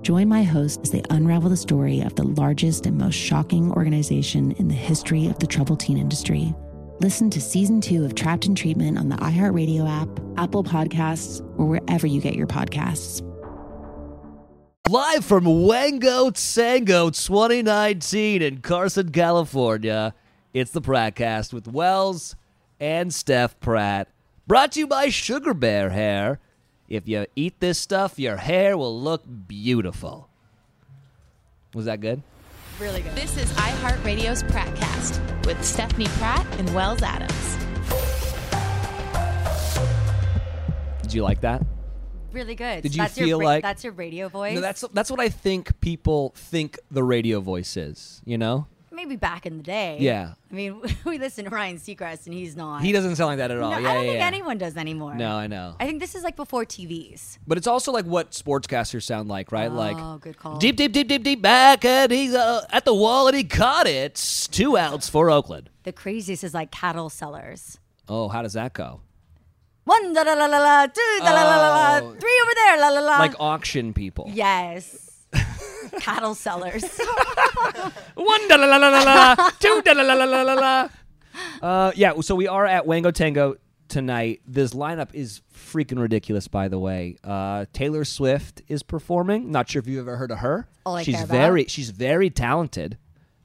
Join my host as they unravel the story of the largest and most shocking organization in the history of the troubled teen industry. Listen to season two of Trapped in Treatment on the iHeartRadio app, Apple Podcasts, or wherever you get your podcasts. Live from Wango Tango 2019 in Carson, California, it's the Prattcast with Wells and Steph Pratt. Brought to you by Sugar Bear Hair. If you eat this stuff, your hair will look beautiful. Was that good? Really good. This is iHeartRadio's Prattcast with Stephanie Pratt and Wells Adams. Did you like that? Really good. Did So you that's feel your, ra- like- that's your radio voice? No, that's that's what I think people think the radio voice is. You know, maybe back in the day. Yeah. I mean, we listen to Ryan Seacrest, and he's not. he doesn't sound like that at all. No, yeah, I don't yeah, think yeah. anyone does anymore. No, I know. I think this is like before TVs. But it's also like what sportscasters sound like, right? Oh, like good call. deep, deep, deep, deep, deep back, and he's uh, at the wall, and he caught it. Two outs for Oakland. The craziest is like cattle sellers. Oh, how does that go? One da la la la la, two da la la la Oh. la, three over there la la la. like oh. auction people. yes, cattle sellers. One da la la la la la, la, two da la la la la la la. Uh, yeah. So we are at Wango Tango tonight. This lineup is freaking ridiculous, by the way. Uh, Taylor Swift is performing. Not sure if you've ever heard of her. All Oh, I she's care about. very, she's very talented.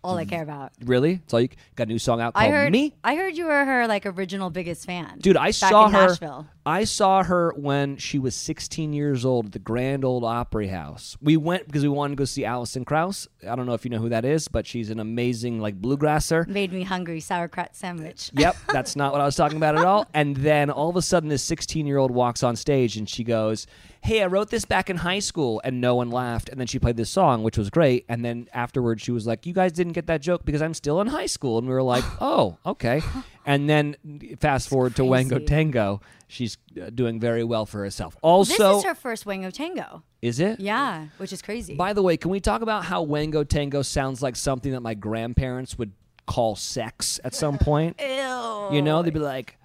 All I care about. Really, it's all you got. A new song out called I heard Me. I heard you were her like original biggest fan. Dude, I back saw in her. Nashville. I saw her when she was 16 years old at the Grand Old Opry House. We went because we wanted to go see Alison Krauss. I don't know if you know who that is, but she's an amazing like bluegrasser. Made me hungry sauerkraut sandwich. Yep, that's not what I was talking about at all. And then all of a sudden, this 16 year old walks on stage and she goes, Hey, I wrote this back in high school. And no one laughed. And then she played this song, which was great. And then afterwards, she was like, You guys didn't get that joke because I'm still in high school. And we were like, Oh, okay. And then fast forward to Wango crazy. Tango, she's uh, doing very well for herself. Also, this is her first Wango Tango. is it? Yeah, which is crazy. By the way, can we talk about how Wango Tango sounds like something that my grandparents would call sex at some point? You know, they'd be like,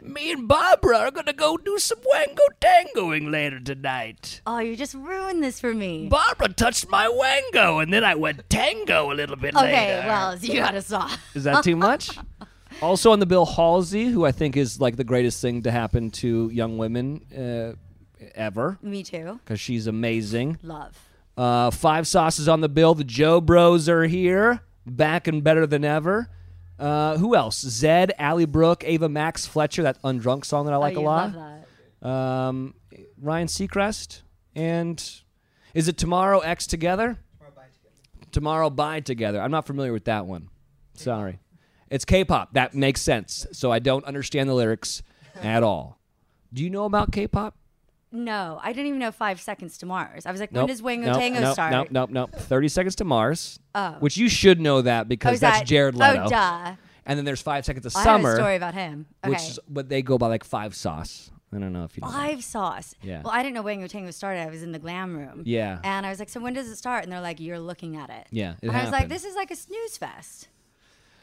"Me and Barbara are gonna go do some wango tangoing later tonight." oh, you just ruined this for me. Barbara touched my wango, and then I went tango a little bit okay, later. well, you gotta stop. is that too much? also, on the Bill Halsey, who I think is like the greatest thing to happen to young women uh, ever, me too. because she's amazing. Love. Uh, five sauces on the bill. The Joe Bros are here, back and better than ever. Uh, who else? Zed, Allie Brooke, Ava Max, Fletcher. That undrunk song that I like oh, a you lot. Love that. Um, Ryan Seacrest and is it Tomorrow X Together? Tomorrow by Together. I'm not familiar with that one. Sorry, it's K-pop. That makes sense. So I don't understand the lyrics at all. Do you know about K-pop? No, I didn't even know Five Seconds to Mars. I was like, Nope. when does Wango Nope, Tango nope, start? Nope, nope, nope. 30 Seconds to Mars, which you should know that Oh, because is that's that- Jared Leto. Oh, duh. And then there's Five Seconds of I have Summer, a story about him. Okay. which is what they go by like Five Sauce. I don't know if you know. that. Live sauce. Yeah. Well, I didn't know Wango Tango started. I was in the glam room. Yeah. And I was like, so when does it start? And they're like, you're looking at it. Yeah, it and I was like, happened. this is like a snooze fest.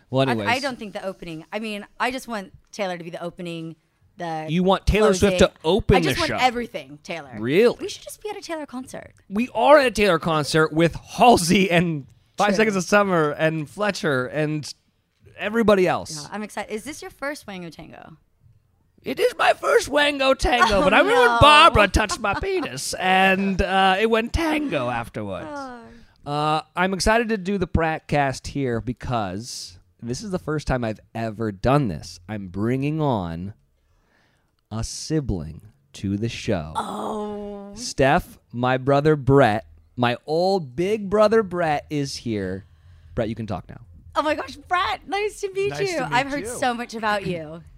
Well, I- anyways. I, don't think the opening. I mean, I just want Taylor to be the opening the You want Taylor Swift to closing. open I just the want show. everything, Taylor. Really? We should just be at a Taylor concert. we are at a Taylor concert with Halsey and Five Seconds of Summer and Fletcher and everybody else. I'm excited. Is this your first Wango Tango? It is my first Wango Tango, but I remember Oh, no. Barbara touched my penis and uh, it went tango afterwards. Oh. Uh, I'm excited to do the Prattcast here because this is the first time I've ever done this. I'm bringing on a sibling to the show. Oh. Steph, my brother Brett, my old big brother Brett is here. Brett, you can talk now. Oh my gosh, Brett! Nice to meet Nice you. to meet I've heard you. so much about you.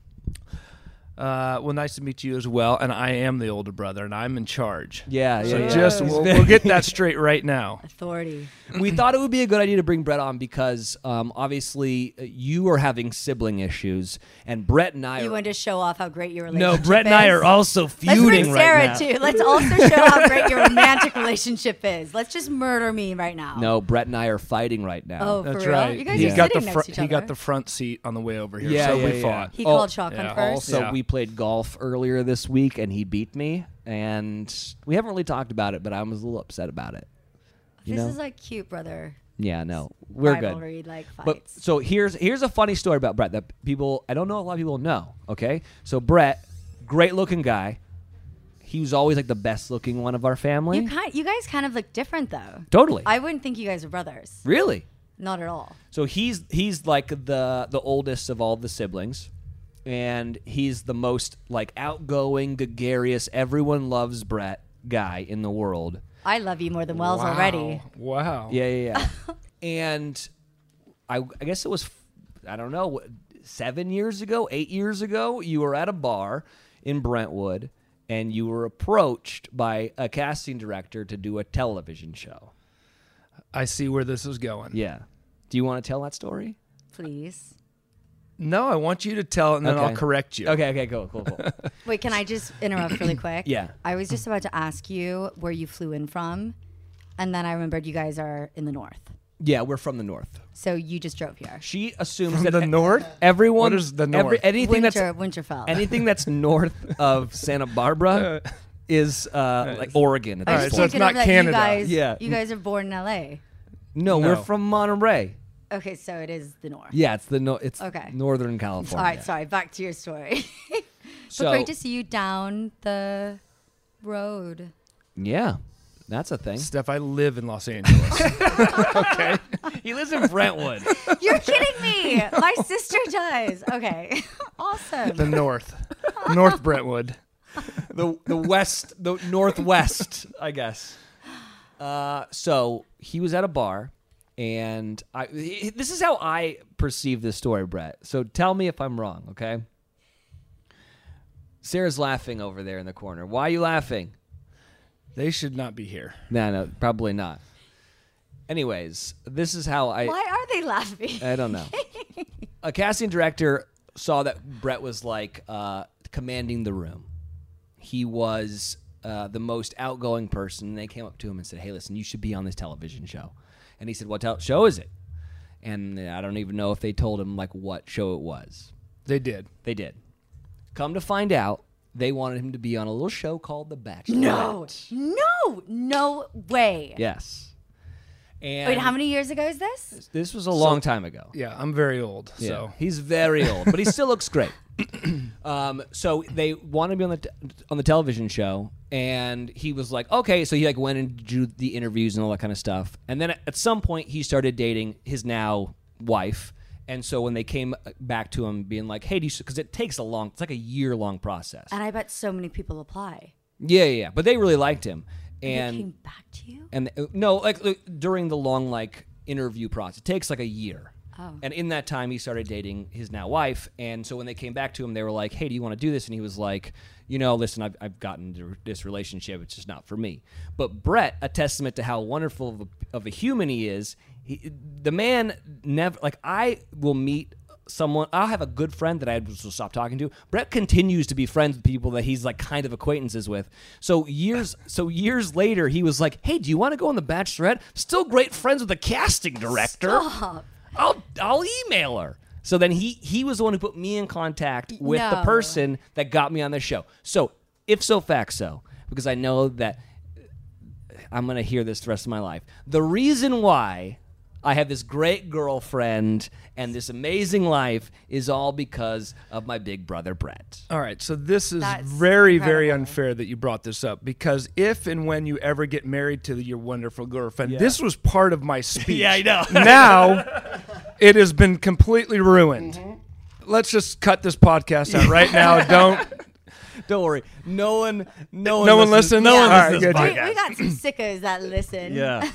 Uh, well, nice to meet you as well. And I am the older brother, and I'm in charge. Yeah, So yeah, just yeah. we'll, we'll get that straight right now. Authority. we thought it would be a good idea to bring Brett on because um, obviously uh, you are having sibling issues, and Brett and I. You are, wanted to show off how great your no, relationship is. Brett and I are also Let's bring feuding Sarah right now. too. Let's also show how great your romantic relationship is. Let's just murder me right now. No, Brett and I are fighting right now. Oh, That's for real? right. You guys he are got the sitting next front. to each He got other. the front seat on the way over here. yeah, so yeah, we yeah. fought. He called shotgun yeah. first. Oh, Also, Yeah. we played golf earlier this week, and he beat me, and we haven't really talked about it, but I was a little upset about it. You this know? is like cute brother yeah, no, we're good. rivalry like But fights. so here's here's a funny story about Brett that people I don't know a lot of people know. Okay, so Brett, great looking guy. He was always like the best looking one of our family. you kind, you guys kind of look different though. totally, I wouldn't think you guys are brothers. really. Not at all. So he's he's like the the oldest of all the siblings, and he's the most like outgoing, gregarious. Everyone loves Brett guy in the world. I love you more than Wells already. Wow. Yeah, yeah, yeah. and I, I guess it was, f- I don't know, what- seven years ago, eight years ago, you were at a bar in Brentwood and you were approached by a casting director to do a television show. I see where this is going. Yeah. Do you want to tell that story? Please. No, I want you to tell, it and then Okay. I'll correct you. Okay, okay, cool, cool, cool. Wait, can I just interrupt really quick? Yeah. I was just about to ask you where you flew in from, and then I remembered you guys are in the north. yeah, we're from the north. So you just drove here. She assumes From that the e- north. everyone What is the every- north? anything Winter, that's Winterfell. anything that's north of Santa Barbara is uh, like Oregon at I All this right, just so can't point. it's get not over that Canada. You guys, Yeah. you guys are born in L.A. No, we're No. from Monterey. Okay, so it is the north. Yeah, it's the no, it's Okay. Northern California. All right, sorry. Back to your story. but So great to see you down the road. yeah, that's a thing. Steph, I live in Los Angeles. okay. he lives in Brentwood. You're kidding me. My sister does. Okay, awesome. The north. north Brentwood. the the west, the northwest, I guess. Uh, so he was at a bar, and I. he- This is how I perceive this story, Brett. So tell me if I'm wrong, okay? Sarah's laughing over there in the corner. Why are you laughing? They should not be here. No, no, probably not. Anyways, this is how I. Why are they laughing? I don't know. a casting director saw that Brett was like uh, commanding the room. He was uh, the most outgoing person. And they came up to him and said, "Hey, listen, you should be on this television show." And he said, "What tel- show is it?" And I don't even know if they told him like what show it was. They did. They did. Come to find out, they wanted him to be on a little show called The Bachelor. No, no, no way. Yes. And Wait, how many years ago is this? This was a long time ago. Yeah, I'm very old. Yeah. So he's very old, but he still looks great. um, so they wanted to be on the t- on the television show, and he was like, okay. So he like went and do the interviews and all that kind of stuff. And then at, at some point, he started dating his now wife. And so when they came uh, back to him, being like, hey, do you? Because it takes a long, it's like a year long process. And I bet so many people apply. Yeah, yeah, yeah. But they really liked him, they came and back to you. and uh, no, like uh, during the long like interview process, it takes like a year. Oh. And in that time, he started dating his now wife. And so when they came back to him, they were like, "Hey, do you want to do this?" And he was like, "You know, listen, I've, I've gotten into this relationship. It's just not for me." But Brett, a testament to how wonderful of a, of a human he is, he, the man never like I will meet someone I'll have a good friend that I will stop talking to. Brett continues to be friends with people that he's like kind of acquaintances with. So years so years later he was like, Hey, do you want to go on The Bachelorette? Still great friends with the casting director. I'll I'll email her. So then he he was the one who put me in contact with the No. person that got me on this show. So if so, fact so, because I know that I'm gonna hear this the rest of my life. The reason why I have this great girlfriend and this amazing life is all because of my big brother Brett. All right, so this is That's very, very incredible. unfair that you brought this up because if and when you ever get married to your wonderful girlfriend, this was part of my speech. Yeah, I know. now it has been completely ruined. Mm-hmm. Let's just cut this podcast out right now. Don't. Don't worry, no one, no one, No one listens. listens? No one All right, listens. good. to We, this we got some sickos that listen. Yeah.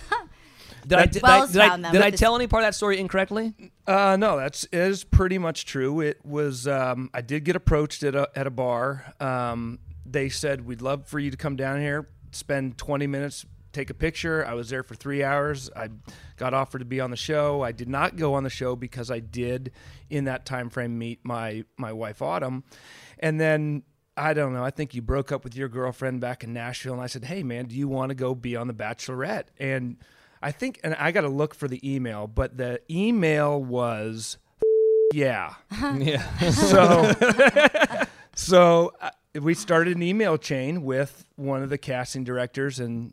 Did I, did, I, Wells did, I, found them did with I this- tell any part of that story incorrectly? Uh, no, that's is pretty much true. It was. Um, I did get approached at a at a bar. Um, they said we'd love for you to come down here, spend 20 minutes, take a picture. I was there for three hours. I got offered to be on the show. I did not go on the show because I did, in that time frame, meet my my wife Autumn, and then. I don't know. I think you broke up with your girlfriend back in Nashville, and I said, "Hey, man, do you want to go be on The Bachelorette?" And I think, and I got to look for the email, but the email was, yeah. Yeah. So, so uh, we started an email chain with one of the casting directors, and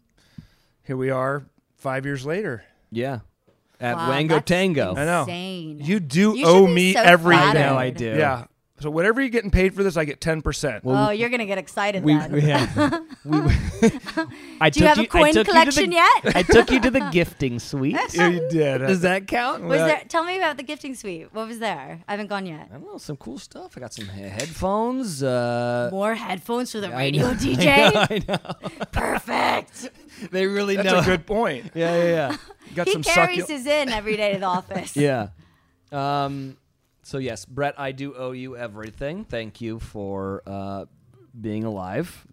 here we are five years later. yeah. At Wow, Wango that's Tango. I know. Insane. You do You should owe be me so everything. flattered. I know I do. Yeah. So whatever you're getting paid for this, I get ten percent. Oh, you're gonna get excited We, then. yeah. we, I Do you took have a I took you to coin the- collection yet? I took you to the gifting suite. you did. Does that Uh, count? Was there? Tell me about the gifting suite. What was there? I haven't gone yet. I don't know. Some cool stuff. I got some he- headphones. Uh, More headphones for the I radio know, DJ. I know, I know. Perfect. They really That's know. a good point. yeah, yeah, yeah. Got he some carries succulent. his in every day to the office. Yeah. Um, so yes, Brett, I do owe you everything. Thank you for uh, being alive.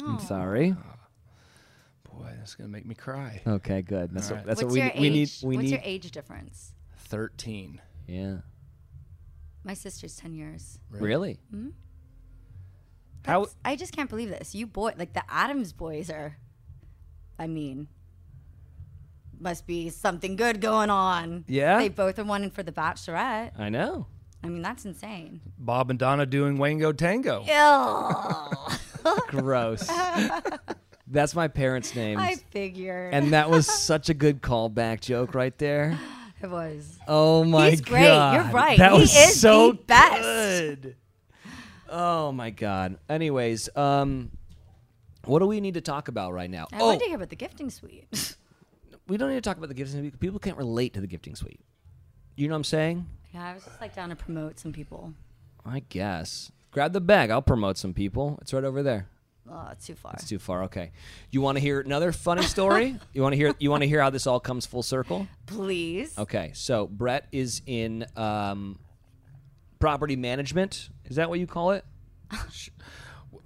I'm sorry. Boy, that's gonna make me cry. Okay, good. That's, what, that's what What's we, your we age? need. We What's need. your age difference? Thirteen. Yeah. My sister's ten years. Really? How? I just can't believe this. You boy, like the Adams boys are. I mean, must be something good going on. Yeah? they both are wanting for the Bachelorette. I know. I mean, that's insane. Bob and Donna doing Wango Tango. Ill. Gross. that's my parents' names. I figured and that was such a good callback joke right there. it was. Oh my He's god. great. You're right. That He was is so the best. good. Oh my god. Anyways, um what do we need to talk about right now? I oh, wanted to hear about the gifting suite. we don't need to talk about the gifting suite. People can't relate to the gifting suite. You know what I'm saying? yeah, I was just like down to promote some people. I guess. Grab the bag. I'll promote some people. It's right over there. Oh, it's too far. It's too far. Okay. You want to hear another funny story? you want to hear you want to hear how this all comes full circle? Please. Okay, so Brett is in um, property management. Is that what you call it?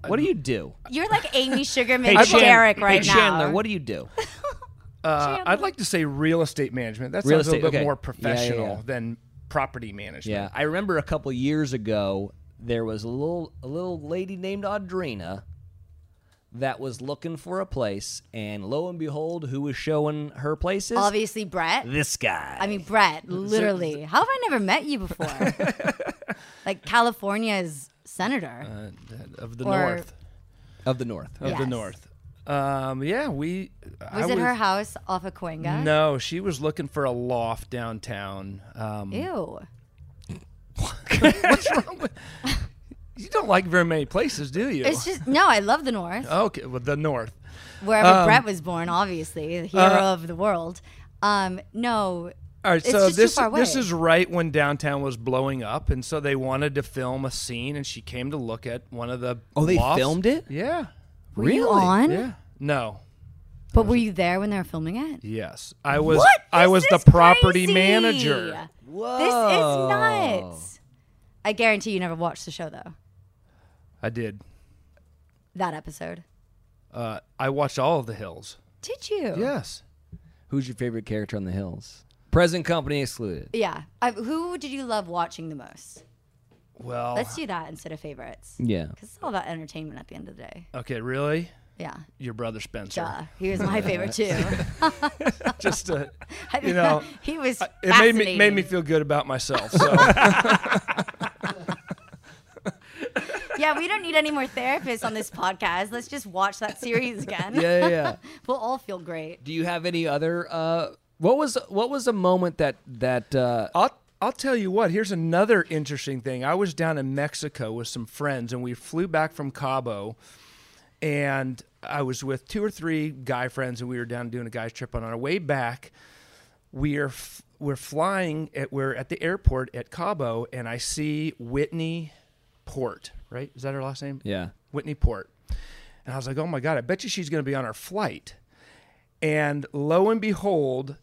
what do you do? You're like Amy Sugarman Chan- Derek right hey, now. Chandler, what do you do? Uh, I'd like to say real estate management. That Real sounds a little estate, bit okay. more Yeah, yeah, yeah. professional than property management. yeah, I remember a couple years ago there was a little a little lady named Audrina that was looking for a place, and lo and behold, who was showing her places? Obviously, Brett. This guy. I mean, Brett, literally. How have I never met you before? like California's senator. Uh, th- of the Or- north. of the north. Of the Yes. north. Um, yeah, we. I was it her house off of Coenga? No, she was looking for a loft downtown. Um, Ew. what's wrong with? You don't like very many places, do you? It's just no. I love the North, okay, well, the north. wherever Um, Brett was born. Obviously, the hero of the world. Um, no. uh, All right, It's so just too this far this away. is right when downtown was blowing up, and so they wanted to film a scene, and she came to look at one of the. Oh, they lofts. filmed it? Yeah, Were you on? yeah. No, But were you there when they were filming it? Yes, I was. What? I This was the is property crazy. manager. This is nuts. I guarantee you never watched the show though. I did. That episode. Uh, I watched all of the hills. Did you? Yes, Who's your favorite character on the hills? Present company excluded. Yeah. I, who did you love watching the most? Well, Let's do that instead of favorites. Yeah. Because it's all about entertainment at the end of the day. okay, really? Yeah. your brother Spencer. Duh. He was my favorite too. Just to, I you mean, know, he was. it made me made me fascinating. feel good about myself. So Yeah, we don't need any more therapists on this podcast. Let's just watch that series again. Yeah, yeah, yeah. we'll all feel great. Do you have any other? Uh, what was what was a moment that that? Uh, I'll I'll tell you what. Here's another interesting thing. I was down in Mexico with some friends, and we flew back from Cabo, and I was with two or three guy friends, and we were down doing a guys trip. And on our way back, we are f- we're flying at we're at the airport at Cabo, and I see Whitney Port. Right? Is that her last name? Yeah. Whitney Port. And I was like, oh my god, I bet you she's going to be on our flight. And lo and behold,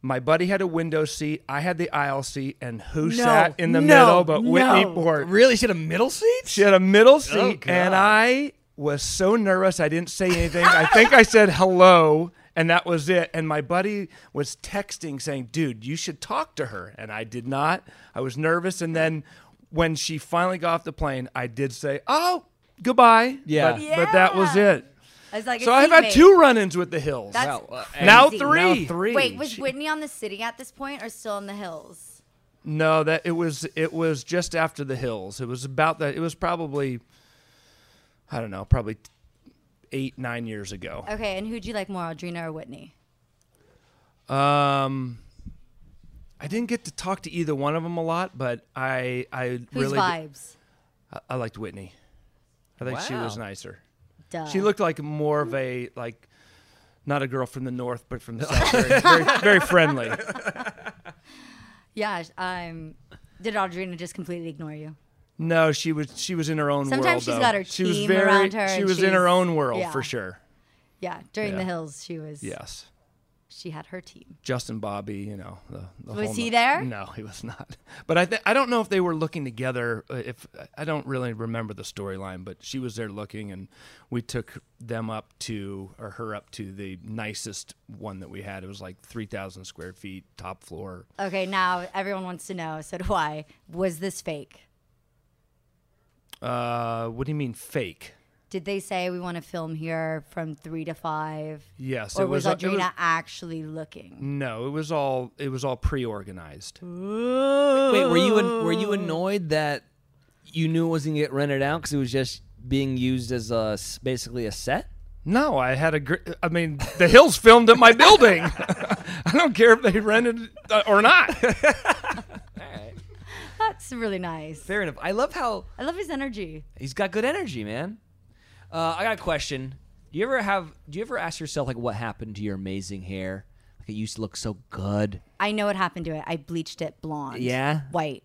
my buddy had a window seat. I had the aisle seat. And who sat in the middle but Whitney Port? Really? She had a middle seat? She had a middle seat. and I was so nervous. I didn't say anything. I think I said hello. And that was it. And my buddy was texting saying, dude, you should talk to her. And I did not. I was nervous. And then when she finally got off the plane, I did say, oh, goodbye. Yeah. But, but that was it. I was like, So a I've had seatmate. two run ins with the hills. That's now crazy. three. Now three. uh, Wait, was Whitney on the city at this point or still in the hills? No, that it was it was just after the hills. It was about that. It was probably, I don't know, probably eight nine years ago. Okay, and who'd you like more, Audrina or Whitney? Um, I didn't get to talk to either one of them a lot, but I I Whose really vibes? I, I liked Whitney. I think she was nicer. Duh. She looked like more of a like. Not a girl from the north, but from the south. Very, very, very friendly. Yeah, um, did Audrina just completely ignore you? No, she was she was in her own Sometimes world. she's though. got her she was team very, around her She and was in her she's- own world yeah. for sure. Yeah, during the Yeah. hills, she was. Yes. she had her team. Justin Bobby, you know, the, the Was whole he ni- there? No, he was not. But I th- I don't know if they were looking together. uh, If I don't really remember the storyline, but she was there looking, and we took them up to or her up to the nicest one that we had. It was like three thousand square feet, top floor. Okay, now everyone wants to know. So do I. Was this fake? Uh, what do you mean fake? Did they say we want to film here from three to five? Yes, Or it was, was- it Audrina was- actually looking? No, it was all it was all pre-organized. wait, were you an, were you annoyed that you knew it wasn't gonna get rented out because it was just being used as a s- basically a set? No, I had a. Gr- I mean, the Hills filmed at my building. I don't care if they rented it uh, or not. That's really nice. Fair enough. I love how I love his energy. he's got good energy, man. Uh, I got a question. Do you ever have? Do you ever ask yourself like, what happened to your amazing hair? Like it used to look so good. I know what happened to it. I bleached it blonde. Yeah? White.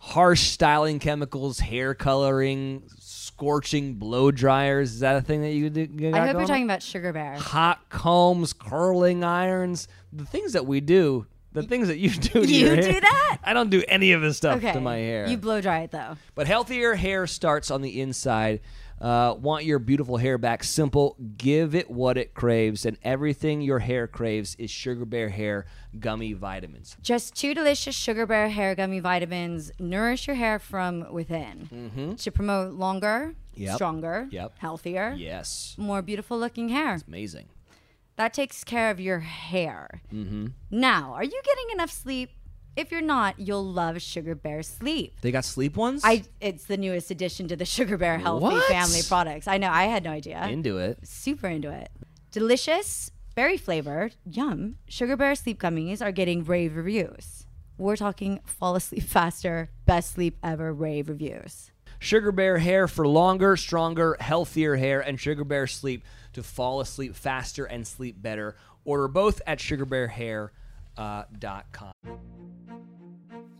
harsh styling chemicals, hair coloring, scorching blow dryers. Is that a thing that you do? you got I hope going you're on? talking about Sugar Bear. hot combs, curling irons, the things that we do, the things that you do. To You your do hair. that? I don't do any of this stuff Okay. to my hair. You blow dry it though. but healthier hair starts on the inside. Uh, want your beautiful hair back? Simple. Give it what it craves, and everything your hair craves is Sugar Bear Hair Gummy Vitamins. Just two delicious Sugar Bear hair gummy vitamins nourish your hair from within to promote longer, Mm-hmm. Yep. stronger, Yep. healthier, Yes, more beautiful looking hair. amazing. Mm-hmm. That takes care of your hair. Now, are you getting enough sleep? If you're not, you'll love Sugar Bear Sleep. They got sleep ones. I, it's the newest addition to the Sugar Bear Healthy What? Family products. I know, I had no idea. into it. super into it. Delicious, berry flavored, yum. Sugar Bear sleep gummies are getting rave reviews. We're talking fall asleep faster, best sleep ever rave reviews. Sugar Bear hair for longer, stronger, healthier hair, and Sugar Bear sleep to fall asleep faster and sleep better. Order both at sugarbearhair.com. Uh, dot com.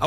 I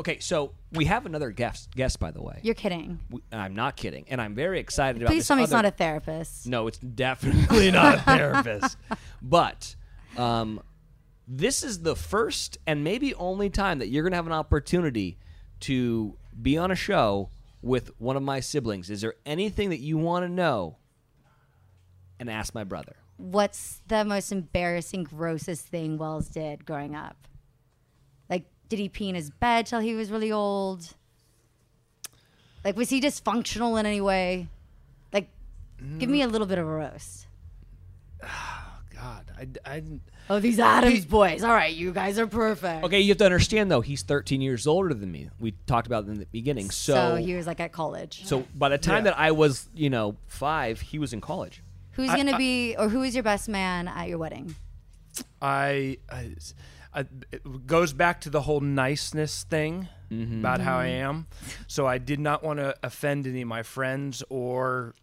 Okay, so we have another guest. Guest, by the way. You're kidding. We, I'm not kidding, and I'm very excited about. Please this tell me it's other- not a therapist. No, it's definitely not a therapist. But um, this is the first and maybe only time that you're going to have an opportunity to be on a show with one of my siblings. Is there anything that you want to know? And ask my brother. What's the most embarrassing, grossest thing Wells did growing up? Like, did he pee in his bed till he was really old? Like, was he dysfunctional in any way? Like, give me a little bit of a roast. God, I, I Oh, these Adams boys. All right, you guys are perfect. Okay, you have to understand though. He's 13 years older than me. We talked about it in the beginning. So, So he was like at college. so by the time that I was, you know, five, he was in college. Who's I- gonna I- be, or who is your best man at your wedding? I, I, I it goes back to the whole niceness thing Mm-hmm. about how I am. So I did not want to offend any of my friends or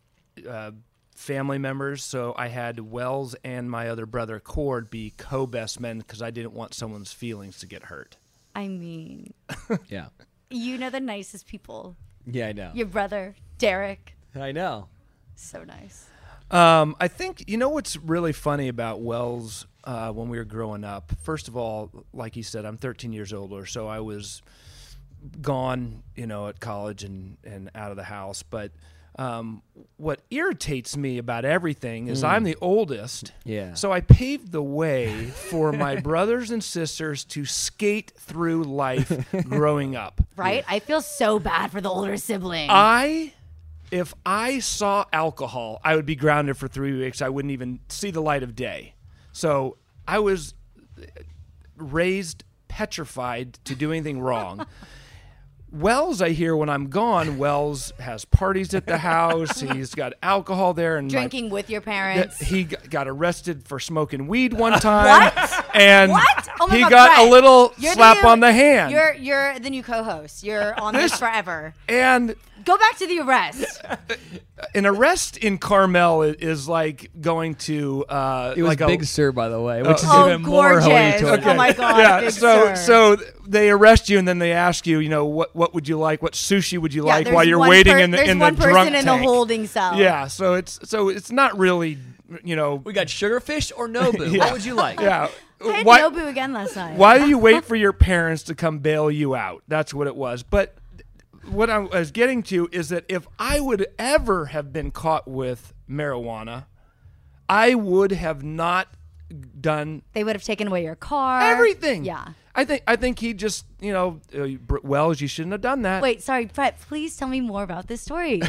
uh, family members. So I had Wells and my other brother Cord be co-best men because I didn't want someone's feelings to get hurt. I mean, Yeah. you know the nicest people. Yeah, I know. Your brother, Derek. I know. So nice. Um, I think you know what's really funny about Wells uh, when we were growing up. First of all, like he said, I'm 13 years older, so I was gone, you know, at college and and out of the house. But um, what irritates me about everything is Mm. I'm the oldest. Yeah. So I paved the way for my brothers and sisters to skate through life growing up. Right? I feel so bad for the older sibling. Oh I, if I saw alcohol, I would be grounded for three weeks. I wouldn't even see the light of day. So I was raised petrified to do anything wrong. Wells, I hear when I'm gone, Wells has parties at the house. He's got alcohol there and my- Drinking with your parents. he g- got arrested for smoking weed one time. And what? Oh my he God, got Brett, a little you're slap new- on the hand. You're you're the new co-host. You're on this, This- forever. and Go back to the arrest. an arrest in Carmel i- is like going to uh, It was like a- Big Sur, by the way, Oh. which is Oh, even more gorgeous. hoity-toity. Oh my God, yeah. Big so Sur. so they arrest you and then they ask you, you know, what what would you like? What sushi would you Yeah, like there's while you're one waiting per- in the there's in one the person drunk in the tank. holding cell. Yeah. So it's so it's not really you know we got sugarfish or Nobu. Yeah. What would you like? Yeah. I had Why- Nobu again last night. Why do you wait for your parents to come bail you out? That's what it was. But what I was getting to is that if I would ever have been caught with marijuana, I would have not done. They would have taken away your car. Everything. Uh, Yeah. I think I think he just you know uh, Br- Wells, you shouldn't have done that. Wait, sorry, Brett. Please tell me more about this story.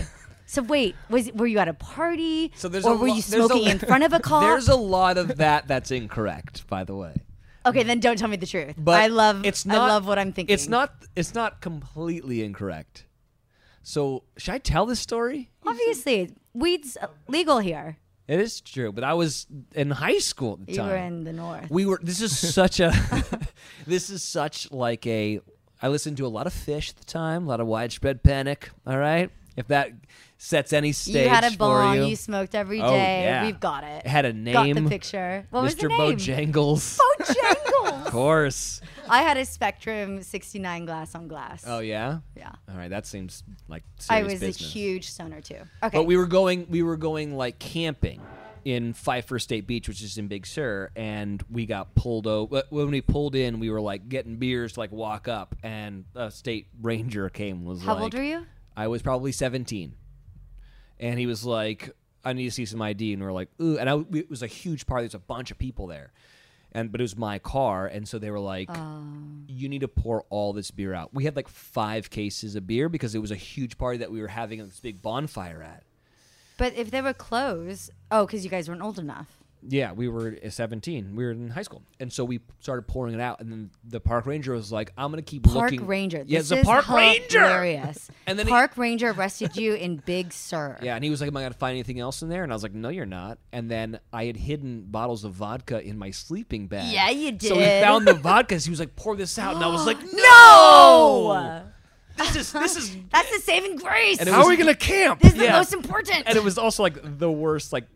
so wait, was were you at a party? So there's or a were lo- you there's a- smoking in front of a cop? There's a lot of that that's incorrect, by the way. okay, then don't tell me the truth. But I love. It's I not. love what I'm thinking. It's not. It's not completely incorrect. So should I tell this story? Obviously, weed's legal here. It is true, but I was in high school at the You time. were in the north. We were. This is such a. this is such like a. I listened to a lot of Fish at the time, a lot of Widespread Panic. All right, if that sets any stage you had a for bong. you. You. smoked every Oh, day. yeah. We've got it. It had a Got name. the picture. What Mr. was the name? Bojangles. Bojangles. Of course. I had a Spectrum 69 glass on glass. Oh yeah. Yeah. All right, that seems like I serious was business. a huge stoner too. Okay. But we were going we were going like camping in Pfeiffer State Beach, which is in Big Sur, and we got pulled over. When we pulled in, we were like getting beers to like walk up, and a state ranger came. and Was How like, old were you? I was probably seventeen, and he was like, "I need to see some ID," and we are like, "Ooh!" And I, we- it was a huge party. There's a bunch of people there, and but it was my car, and so they were like, Oh. "You need to pour all this beer out." We had like five cases of beer because it was a huge party that we were having this big bonfire at. But if they were closed, oh, because you guys weren't old enough. Yeah, we were 17. We were in high school. And so we started pouring it out. And then the park ranger was like, I'm going to keep Park looking. ranger. Yeah, This the is park ranger. hilarious. And and then then he- park ranger arrested you in Big Sur. Yeah, and he was like, Am I going to find anything else in there? And I was like, No, you're not. And then I had hidden bottles of vodka in my sleeping bag. Yeah, you So he did. found the vodkas. He was like, Pour this out. And I was like, No! No! This is this is that's the saving grace. And it How was- are we gonna camp? This is Yeah. the most important. And it was also like the worst, like,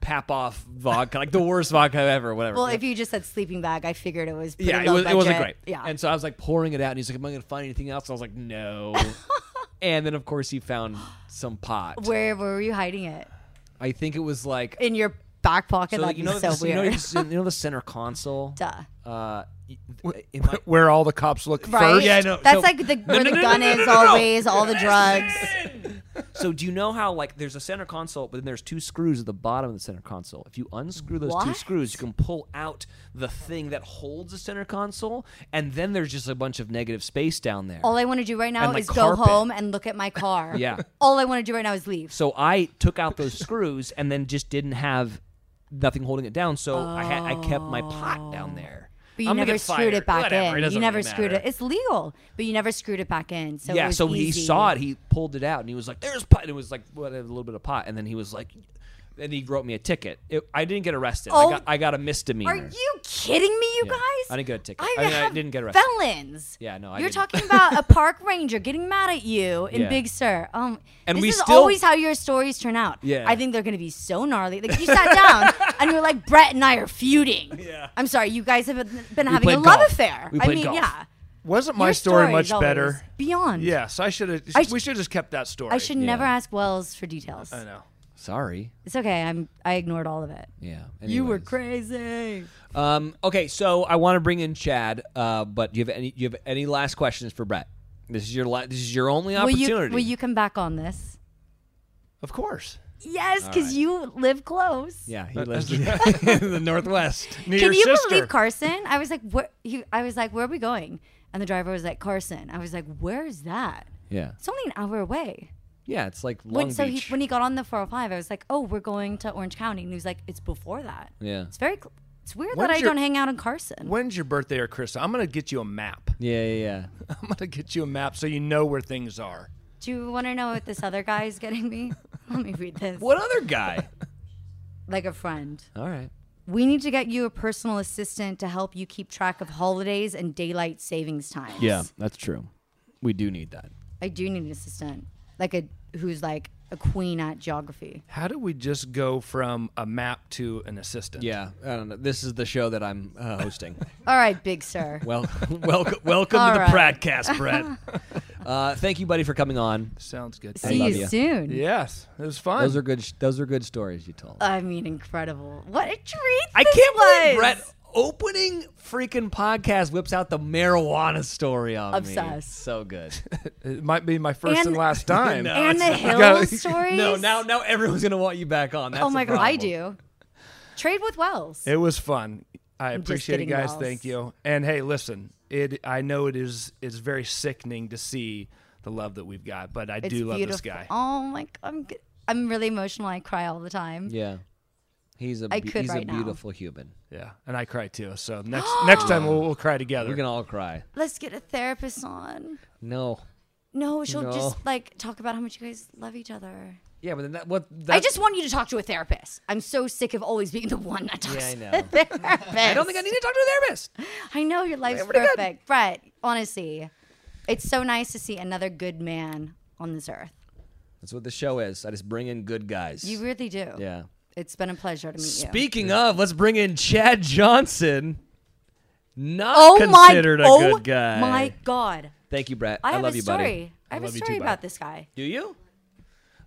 pap off vodka, like the worst vodka ever, whatever. well, if you just said sleeping bag, I figured it was. Pretty yeah, it, low was, it wasn't great. budget. Yeah. And so I was like pouring it out, and he's like, "Am I going to find anything else?" And I was like, "No." and then of course he found some pot. Where where were you hiding it? I think it was like In your back pocket? so That'd you be know so this- you weird. know, this- you know the center console. Duh. Uh, where all the cops look Right? first. Yeah, I know. That's So- like the, No, where no, no, the no, gun no, no, is no, no. always, all the drugs. so do you know how like there's a center console, but then there's two screws at the bottom of the center console. If you unscrew those two What? screws, you can pull out the thing that holds the center console, and then there's just a bunch of negative space down there. All I want to do right now And, like, is go carpet. home and look at my car. Yeah. All I want to do right now is leave. So I took out those screws and then just didn't have nothing holding it down. So I had I kept my pot down there. Oh. But you I'm gonna never get screwed fired. it back Whatever, it in. you doesn't never really screwed matter. it. It's legal, but you never screwed it back in. So it yeah, was so easy. he saw it. He pulled it out and he was like, "There's pot." And it was like what, a little bit of pot. And then he was like, and he wrote me a ticket. It, I didn't get arrested. I Oh, got I got a misdemeanor. Are you kidding me, you Yeah. guys? I didn't get a ticket. I I, mean, I have didn't get arrested. Felons. Yeah, no, I You're didn't. talking about a park ranger getting mad at you in Yeah. Big Sur. Um, And this we is still- always how your stories turn out. Yeah. I think they're gonna be so gnarly. Like you sat down and you're like, Brett and I are feuding. Yeah. I'm sorry, you guys have been- been We having played a love golf. affair. We I played mean, golf. yeah. Wasn't my Your story story much is always better? Beyond. Yes, I should have. I sh- we should have just kept that story. I should never ask Wells for details. I know. Sorry. It's okay. I'm. I ignored all of it. Yeah. You anyway. were crazy. Um, okay, so I want to bring in Chad, uh, but do you have any do you have any last questions for Brett? This is your la- this is your only Will opportunity. you, will you come back on this? Of course. Yes, All because right. you live close. Yeah, he lives in the northwest. Near Can your you sister. believe Carson? I was like, where? He, I was like, where are we going? And the driver was like, Carson. I was like, where is that? Yeah, It's only an hour away. yeah, it's like Long When, so Beach. he, when he got on the 405, I was like, oh, we're going to Orange County, and he was like, it's before that. yeah. It's very. Cl- it's weird When's that I your- don't hang out in Carson. When's your birthday or Chris? I'm gonna get you a map. Yeah, yeah, yeah. I'm gonna get you a map so you know where things are. Do you want to know what this other guy is getting me? Let me read this. What other guy? Like a friend. All right. We need to get you a personal assistant to help you keep track of holidays and daylight savings times. Yeah, that's true. We do need that. I do need an assistant, like a who's like a queen at geography. How do we just go from a map to an assistant? Yeah, I don't know. This is the show that I'm uh, hosting. All right, big sir. Well, welcome, welcome All to the right. Pradcast, Brett. uh, thank you, buddy, for coming on. Sounds good. See you soon. Yes, it was fun. Those are good. Sh- those are good stories you told. I mean, incredible. What a treat! I Uh, this can't believe was. Brett opening freaking podcast whips out the marijuana story on me. Obsessed. So good. it might be my first and, last time. No, and it's the not. hill stories. No, now now everyone's gonna want you back on. That's oh my the god, I problem. do. Trade with Wells. It was fun. I I'm just appreciate it, kidding, guys. Ross. Thank you. And hey, listen, it. I know it is. It's very sickening to see the love that we've got, but I It's do love this beautiful. guy. Oh my god, I'm g- I'm really emotional. I cry all the time. Yeah, he's a I be- could he's right a now. beautiful human. Yeah, and I cry too. So next next time we'll, we'll cry together. We can all cry. Let's get a therapist on. No. No, she'll No. just like talk about how much you guys love each other. Yeah, but then that what I just want you to talk to a therapist. I'm so sick of always being the one that talks I to know. a therapist. I don't think I need to talk to a therapist. I know your life's Pretty good. perfect, Brett. Honestly, it's so nice to see another good man on this earth. That's what the show is. I just bring in good guys. You really do. yeah. It's been a pleasure to meet you. Speaking of, let's bring in Chad Johnson. Not Oh my! considered a oh good guy. my God! Thank you, Brett. I, have love a you, story. buddy. I have a love you too, story bud. about this guy. Do you?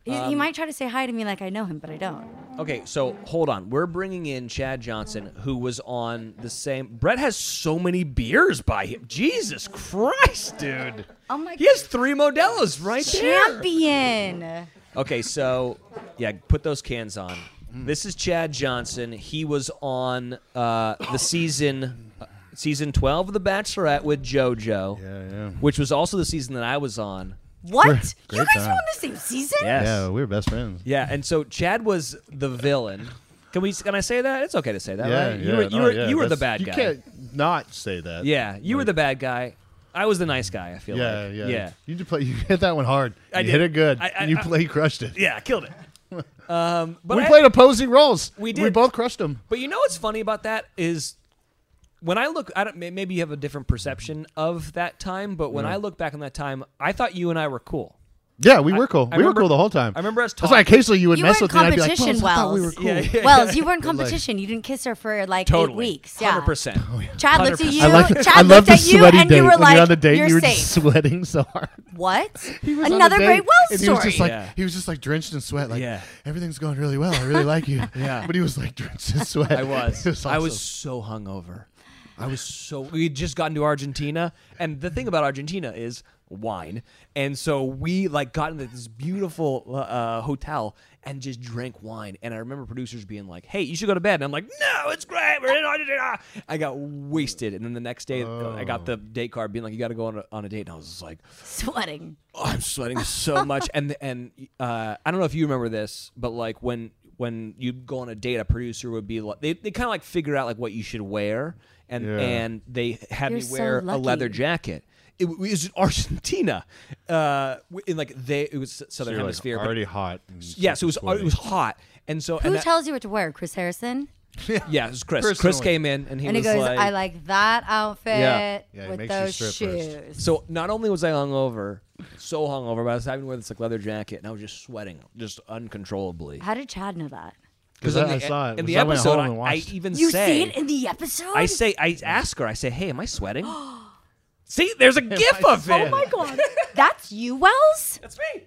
He, he Um, might try to say hi to me like I know him, but I don't. Okay, so hold on. We're bringing in Chad Johnson, who was on the same. Brett has so many beers by him. Jesus Christ, dude. Oh my He has three Modelo's right there. Champion. Okay, so yeah, put those cans on. This is Chad Johnson. He was on uh, the season uh, season twelve of The Bachelorette with JoJo. Yeah, yeah. Which was also the season that I was on. What? Great- you great guys were time. on the same season? Yes. Yeah, we were best friends. Yeah, and so Chad was the villain. Can we? Can I say that? It's okay to say that, yeah, right? yeah, you were, you, no, were, yeah, you were the that's- bad you guy. can't not say that. Yeah, you were the bad guy. I was the nice guy. I feel yeah, like. yeah, yeah, You did play. You hit that one hard. I you did. hit it good. I- I- and you I- play. You crushed it. yeah. I killed it. Um, but we I- played opposing roles. We We did. both crushed them. But you know what's funny about that is when I look, I don't. may- Maybe you have a different perception of that time, but when Yeah. I look back on that time, I thought you and I were cool. Yeah, we were cool. I we remember- were cool the whole time. I remember us That's why talking- occasionally you would You mess were with in me, and I'd be like, competition, "Wells, I thought we were Wells." cool." Yeah, yeah, Wells, you were in But, like, competition. you didn't kiss her for like Totally. eight weeks. Yeah. 100%. Oh, Chad looked at 100%. you. I like. Chad I love looked the at you, sweaty and date. you were when like, you're on the date, "You're you were safe." just sweating so hard. What? He was on a Another date, great Wells and story. He was just like he was just like drenched in sweat. Like everything's going really well. I really like you. Yeah. But he was like drenched in sweat. I was. It was I was awesome. so hungover. I was so. We had just gotten to Argentina, and the thing about Argentina is wine, and so we like got into this beautiful uh, uh, hotel and just drank wine. And I remember producers being like, "Hey, you should go to bed," and I'm like, "No, it's great. We're in Argentina." I got wasted, and then the next day, I got Oh. the date card being like, "You got to go on a, on a date," and I was just like. Sweating. Oh, I'm sweating so much, and and uh, I don't know if you remember this, but like when when you go on a date, a producer would be like, they, they kind of like figure out like what you should wear, and Yeah. and they had You're me so wear a leather lucky. jacket. It w- it was in Argentina, uh, w- in like they it was southern you're, like, hemisphere, but- already hot and Yeah, so it was sweaty. it was hot, and so Who and that- tells you what to wear? Chris Harrison? yeah, it was Chris. Chris Personally. came in and he and he was goes, like, I like that outfit Yeah. Yeah, he with makes you those strip shoes. first. So not only was I hungover, so hungover, but I was having to wear this like leather jacket, and I was just sweating just uncontrollably. How did Chad know that? Because I- in the, e, I saw it. in So the I went episode, home I, and I watched it. even You say, see it in the episode? I say, I ask her, I say, hey, am I sweating? see, there's a gif of it. Oh my god. That's you, Wells? That's me.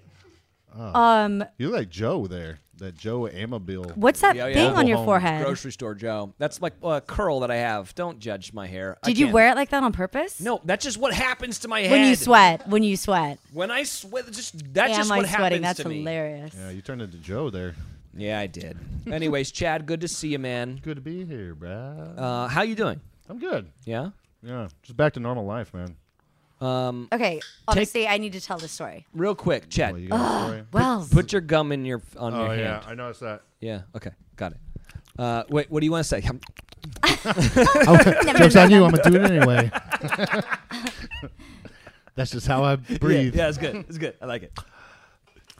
Oh. Um you look like Joe there. That Joe Amabile. What's that Yeah, yeah. thing on Mobile your home, forehead? Grocery store Joe. That's like a curl that I have. Don't judge my hair. I Did you can't. wear it like that on purpose? No, that's just what happens to my head When you sweat. When you sweat. When I sweat, it's just that's Am just I what sweating? happens That's to me. hilarious. Yeah, you turned into Joe there. Yeah, I did. Anyways, Chad, good to see you, man. Good to be here, Brad. Uh, how you doing? I'm good. Yeah. Yeah, just back to normal life, man. Um, Okay, honestly, I need to tell the story. Real quick, Chad. you got a Ugh, story? Put- Wells. Put, your gum in your on Oh, your yeah, hand. I noticed that. Yeah. Okay. Got it. Uh, wait. What do you want to say? Oh, joke's on you. I'm gonna do it anyway. That's just how I breathe. Yeah, it's good. It's good. I like it.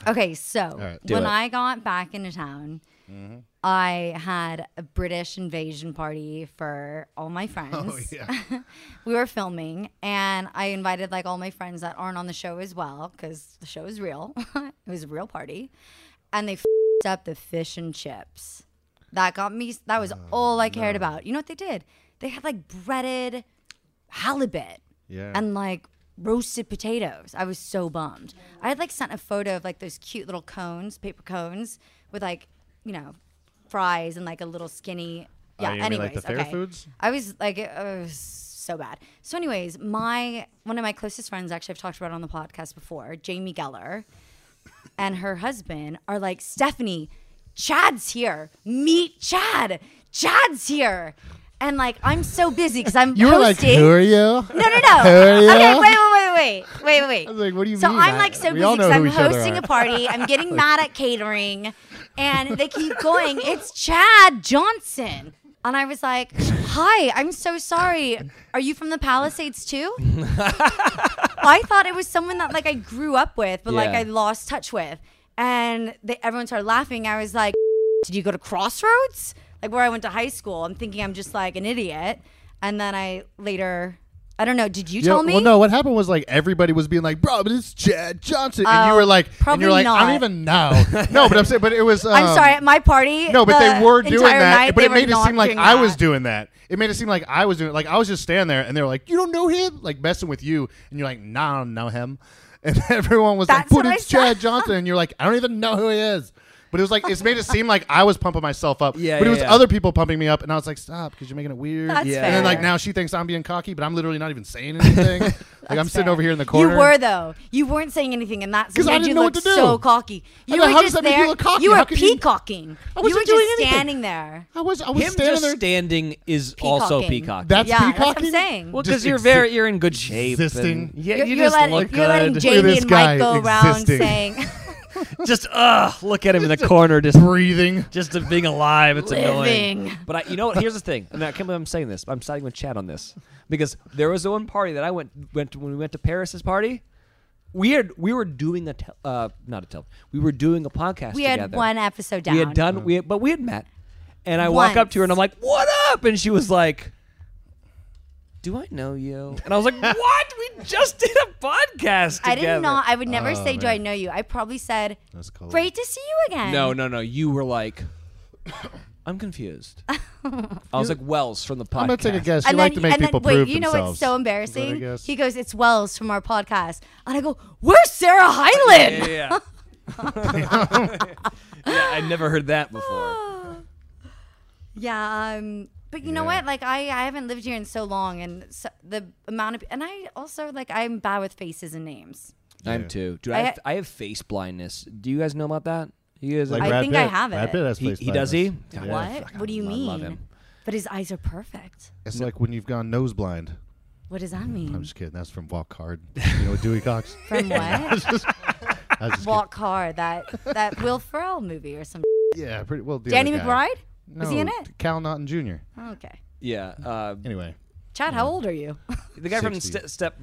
Okay, so right. Do when it. Mm-hmm. I got back into town, I had a British invasion party for all Oh, my friends. we were filming, and I invited like all my friends that aren't on the show as well because the show is real. it was a real party, and they fed up the fish and chips. That got me. That Oh, was all I cared about. You know what they did? They had like breaded halibut Yeah. and like roasted potatoes. I was so bummed. I had like sent a photo of like those cute little cones, paper cones with like, you know, fries and like a little skinny. Oh, Yeah, you mean like anyways. the fair okay. foods? I was like, it was so bad. So, anyways, my one of my closest friends, actually, I've talked about it on the podcast before, Jamie Geller, and her husband are like, Stephanie, Chad's here. Meet Chad. Chad's here. And like, I'm so busy because I'm You were like, hosting. who are you? No, no, no. Who are you? Okay, wait, wait, wait, wait, wait, wait. I was like, what do you so mean? I'm I- like so we busy all know because I'm who each other hosting are. a party. I'm getting mad at catering, and they keep going. It's Chad Johnson, and I was like, "Hi, I'm so sorry. Are you from the Palisades too?" I thought it was someone that like I grew up with, but like Yeah. I lost touch with, and they, everyone started laughing. I was like, "Did you go to Crossroads?" Like where I went to high school. I'm thinking I'm just like an idiot, and then I later. I don't know. Did you Yeah, tell me? Well, no. What happened was like everybody was being like, "Bro, but it's Chad Johnson," and you Oh, were like, and probably you're like, "I not. don't even know." no, but I'm saying, but it was. Um, I'm sorry, at my party. No, but the they were doing entire that. night, but they it were made it not seem like doing I was that. doing that. It made it seem like I was doing. Like I was just standing there, and they were like, "You don't know him?" Like messing with you, and you're like, "Nah, I don't know him." And everyone was That's like, what "But I it's Chad Johnson," and you're like, "I don't even know who he is." But it was like it's made it seem like I was pumping myself up, Yeah, but it yeah, was yeah. other people pumping me up, and I was like, "Stop, because you're making it weird." That's Yeah. And then like fair. now she thinks I'm being cocky, but I'm literally not even saying anything. like I'm sitting over here in the corner. You were though. You weren't saying anything, and that's 'Cause I made didn't you know look what to do. so cocky. I You know, were how does just that make there. you look cocky? were How could you- peacocking. I wasn't you were doing just anything. standing there. I was. I Him just standing is also peacocking. That's yeah, peacocking. That's what I'm saying. Well, because you're very, you're in good shape. existing. and- yeah, You're- you you're just letting- look you're letting good. Jamie and Mike go around saying, just uh look at him in the corner just breathing just of being alive it's Living. annoying but I, you know what here's the thing and i can't believe i'm saying this but i'm siding with chad on this because there was the one party that i went went to, when we went to paris's party we had we were doing a tel- uh not a tel- we were doing a podcast "We had together. one episode down." we had done we had, but we had met and i walk up to her and i'm like what up and she was like do i know you and i was like what we just did a podcast I did together. Oh, not. I would never say, "Do I know you?" I probably said, "Great to see you again." No, no, no. You were like, I'm confused. I was like Wells from the podcast. I'm gonna take a guess. You like to make and people then, prove wait, you know what's themselves. so embarrassing? guess? He goes, "It's Wells from our podcast," and I go, "Where's Sarah Yeah, Hyland?" yeah, yeah. yeah, I'd never heard that before. Yeah, um, but you know Yeah. what? Like, I, I haven't lived here in so long, and so, the amount of and I also like I'm bad with faces and names. I'm Yeah. too. Dude, I, I- have, I have face blindness. Do you guys know about that? You guys Like I Brad think I Pitt. have Brad it. Pitt has He- face He does he? blindness. God, Yeah. I What? fucking What do you love mean? him. But his eyes are perfect. It's like when you've gone nose blind. What does that mean? I'm just kidding. That's from Walk Hard. You know Dewey Cox. From what? I was just- I was just Walk Hard, that that Will Ferrell movie or some. kidding. Yeah, pretty well. the other Danny guy. McBride? Was he in No, it? Oh, Cal Naughton Jr. Okay. Yeah. Uh, anyway, Chad, how old are you? the guy from 60. Ste- Step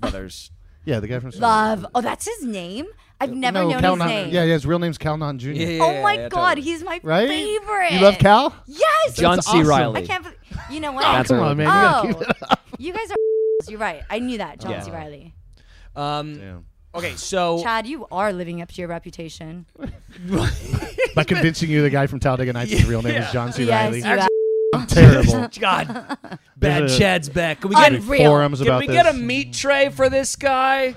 Brothers. yeah, the guy from Love. Oh, that's his name. I've never no, known Cal his Naughton- name. Yeah, yeah, his real name's Cal Naughton Jr. Yeah, oh my God, he's my Right? favorite. You love Cal? Yes. John That's C. Riley. I can't. believe- You know what? Oh, That's come on, man. You gotta keep Oh, you guys are. You're right. I knew that, John C. Yeah. Riley. Um, Okay, so Chad, you are living up to your reputation. By convincing you the guy from Talladega Nights' his real name is John C. Yes, Riley. you are. I'm terrible. God, bad There's a- Chad's back. Can we there's get a forums Can about we get a this. meat tray for this guy?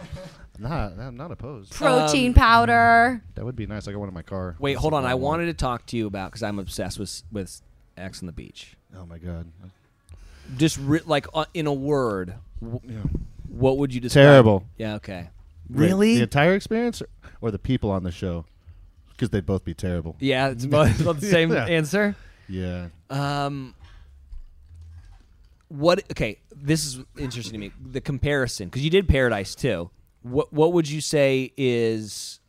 Nah, I'm not opposed. Protein powder. That would be nice. I got one in my car. Wait, That's hold what on. I want. wanted to talk to you about because I'm obsessed with with X on the Beach. Oh my god. Just re- like uh, in a word, w- what would you describe? Terrible. Yeah. Okay. Wait, The entire experience, or, or the people on the show, because they'd both be terrible. Yeah, it's both both the same Yeah. answer. Yeah. Um. What? Okay, this is interesting to me. The comparison, because you did Paradise too. What What would you say is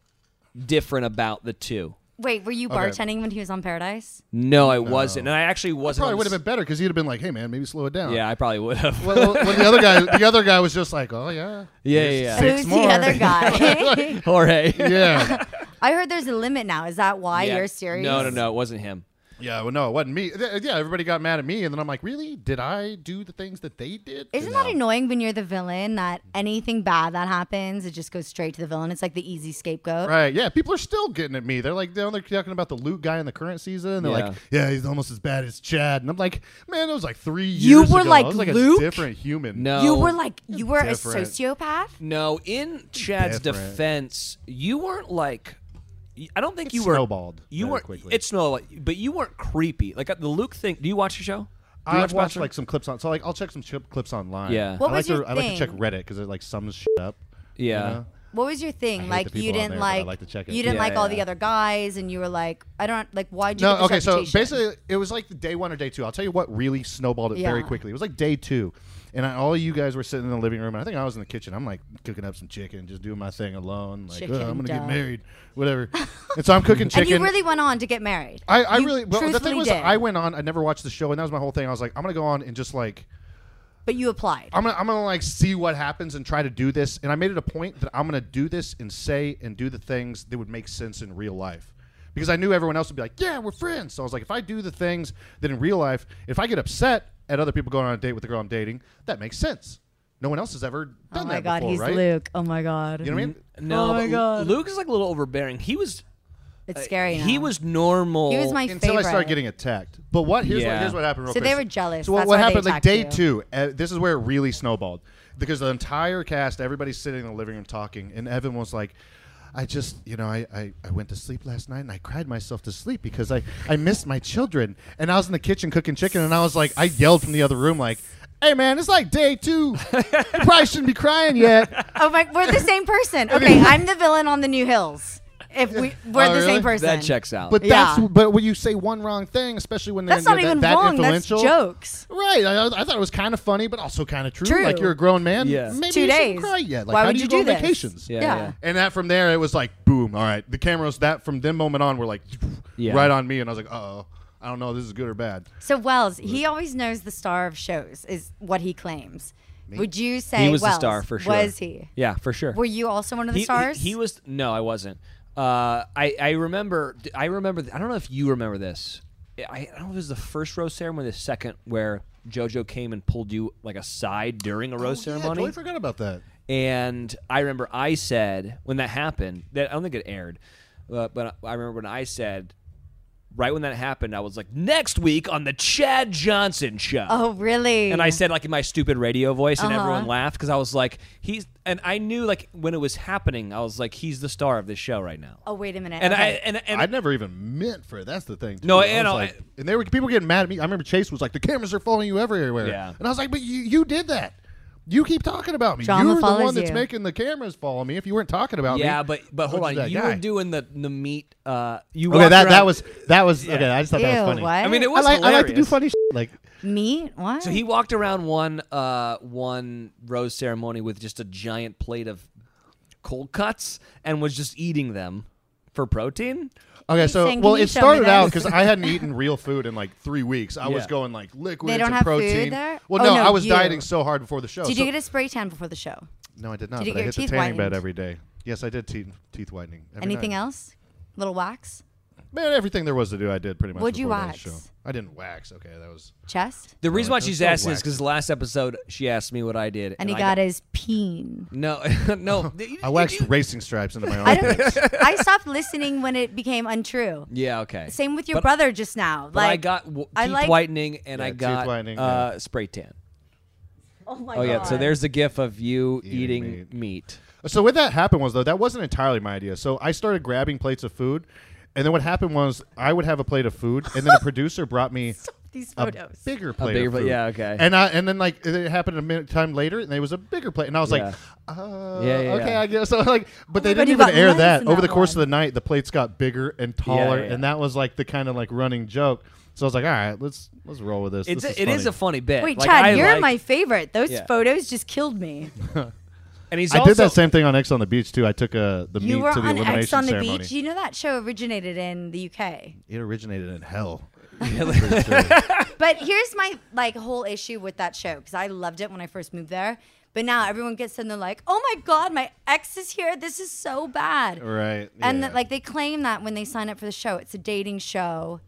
different about the two? Wait, were you Okay. bartending when he was on Paradise? No, I wasn't, and I actually wasn't. Probably on would have s- been better because he'd have been like, "Hey, man, maybe slow it down." Yeah, I probably would have. Well, well, the other guy, the other guy was just like, "Oh yeah, Yeah, here's yeah, yeah. six Who's the more." other guy? Like, Jorge. yeah. I heard there's a limit now. Is that why Yeah. you're serious? No, no, no, it wasn't him. Yeah, well, no, it wasn't me. Th- Yeah, everybody got mad at me, and then I'm like, really? Did I do the things that they did? Isn't that annoying when you're the villain that anything bad that happens, it just goes straight to the villain? It's like the easy scapegoat. Right, yeah. People are still getting at me. They're like, they're they're talking about the loot guy in the current season, and they're Yeah. like, yeah, he's almost as bad as Chad. And I'm like, man, that was like three You years were ago. like I was like Luke? a different human. No. You were like, you were a Different. sociopath? No, in Chad's Different. defense, you weren't like. I don't think It you were snowballed You very weren't. quickly. It snowballed, but you weren't creepy. Like uh, the Luke thing. Do you watch the show? Do you I've watched Bachelor? like some clips on, so like I'll check some chip clips online. Yeah. What I like was to your I like to check thing? Reddit because it like sums shit up. Yeah. What was your I thing? hate Like the you people on didn't there, but I like, like to check it. you didn't Yeah, like all the yeah. other guys, and you were like, I don't like. Why'd you? No, get this okay, so reputation? basically it was like the day one or day two. I'll tell you what really snowballed it very Yeah. quickly. It was like day two. And I, all you guys were sitting in the living room, and I think I was in the kitchen. I'm like cooking up some chicken, just doing my thing alone. Like, "Ugh, Chicken, I'm gonna duh. get married, whatever. and so I'm cooking chicken. and you really went on to get married. I, I You really. Well, the truthfully thing was, did, I went on. I never watched the show, and that was my whole thing. I was like, I'm gonna go on and just like but you applied. I'm gonna, I'm gonna like see what happens and try to do this. And I made it a point that I'm gonna do this and say and do the things that would make sense in real life. Because I knew everyone else would be like, yeah, we're friends. So I was like, if I do the things that in real life, if I get upset at other people going on a date with the girl I'm dating, that makes sense. No one else has ever done Oh my that god, before, he's right? Luke. Oh my god. You know what I mean? No, Oh my but god. Luke is like a little overbearing. He was. It's uh, scary. He now. was normal. He was my until I favorite. started getting attacked. But what here's Yeah. what here's what happened. Real So quick. they were jealous. So what, That's why what they happened? attacked Like day you. two, uh, this is where it really snowballed because the entire cast, everybody's sitting in the living room talking, and Evan was like. I just, you know, I, I, I went to sleep last night and I cried myself to sleep because I, I missed my children. And I was in the kitchen cooking chicken and I was like, I yelled from the other room, like, hey man, it's like day two. You probably shouldn't be crying yet. Oh my, we're the same person. Okay, I'm the villain on the New Hills. If we we're Oh, the really? same person, That checks out. But Yeah. that's but when you say one wrong thing, especially when they're That's you know, not that, even that wrong. That's influential, jokes. Right. I, I thought it was kind of funny, but also kind of true. True. Like you're a grown man. Yeah. Maybe Two you shouldn't days. Cry yet. Like, Why how would do you you, do go on this? vacations? Yeah, Yeah. yeah. And that from there, it was like boom. All right, the cameras. That from then moment on, were like Yeah. right on me, and I was like, uh oh, I don't know, if this is good or bad. so Wells, he always knows the star of shows is what he claims. Would you say He was Wells, the star for sure. Was he? Yeah, for sure. Were you also one of the he, stars? He, he was no, I wasn't. Uh, I I remember. I remember. I don't know if you remember this. I, I don't know if it was the first rose ceremony, or the second, where JoJo came and pulled you like aside during a rose Oh, Yeah, I ceremony. totally forgot about that. And I remember I said when that happened that I don't think it aired, but, but I remember when I said right when that happened I was like next week on the Chad Johnson show. oh really? And I said like in my stupid radio voice, and Uh-huh. everyone laughed because I was like, he's. And I knew like when it was happening, I was like, he's the star of this show right now. Oh wait a minute. And okay. I and, and I'd never even meant for it. That's the thing. No, too. you know, was like, and there were people getting mad at me. I remember Chase was like, "The cameras are following you everywhere," Yeah. and I was like, "But you, you did that. You keep talking about me. Drama You're the follows one that's you. making the cameras follow me. If you weren't talking about me, yeah, but but hold who's on, that you guy? were doing the the meat. Uh, you okay, walked that, that around- was that was okay. I just thought that Ew, was funny. what? I mean, it was I like, I like to do hilarious. funny shit. like me. What? So he walked around one uh one rose ceremony with just a giant plate of cold cuts and was just eating them for protein. okay. He's So saying, well, "Can you it show me started out this?" because I hadn't eaten real food in like three weeks. I was Yeah. going like liquids don't and have food protein. there? Well, Oh, no, no, I was you. dieting so hard before the show. Did so- you get a spray tan before the show? No, I did not. Did you but get your I hit the teeth tanning bed whitened? every day. Yes, I did teeth teeth whitening. every Anything night. else? Little wax, Man, everything there was to do, I did pretty much. What'd you before that wax? show. I didn't wax. Okay, that was. chest, The reason why Don't- she's don't asking is wax. because last episode she asked me what I did, and he I got, his peen. no, no. I waxed racing stripes into my I arm. don't. I stopped listening when it became untrue. Yeah, okay. Same with your But- brother just now. But like I got w- teeth I like- whitening and Yeah, I teeth got whitening, uh, spray tan. Oh my oh yeah, so there's the gif of you eating, meat. So what that happened was though that wasn't entirely my idea. So I started grabbing plates of food, and then what happened was I would have a plate of food, and then a producer brought me these a photos. bigger plate. bigger of plate- food. yeah, okay. And I and then like it happened a minute time later, and it was a bigger plate, and I was Yeah. like, oh, Yeah, yeah, okay, yeah. I guess. So like, but they my God, didn't you even got air less that. in Over that the course of the night, the plates got bigger and taller, yeah. and that was like the kind of like running joke. So I was like, all right, let's let's roll with this. It's This a, it is a funny bit. Wait, Like, Chad, I you're like- my favorite. Those Yeah. photos just killed me. And he's I did that also- same thing on X on the Beach too. I took uh, the you meat were to the on elimination X on the ceremony. Beach. You know that show originated in the UK. It originated in hell. But here's my like whole issue with that show because I loved it when I first moved there. But now everyone gets in, they're like, "Oh my god, my ex is here. This is so bad." right. And yeah. that like they claim that when they sign up for the show, it's a dating show,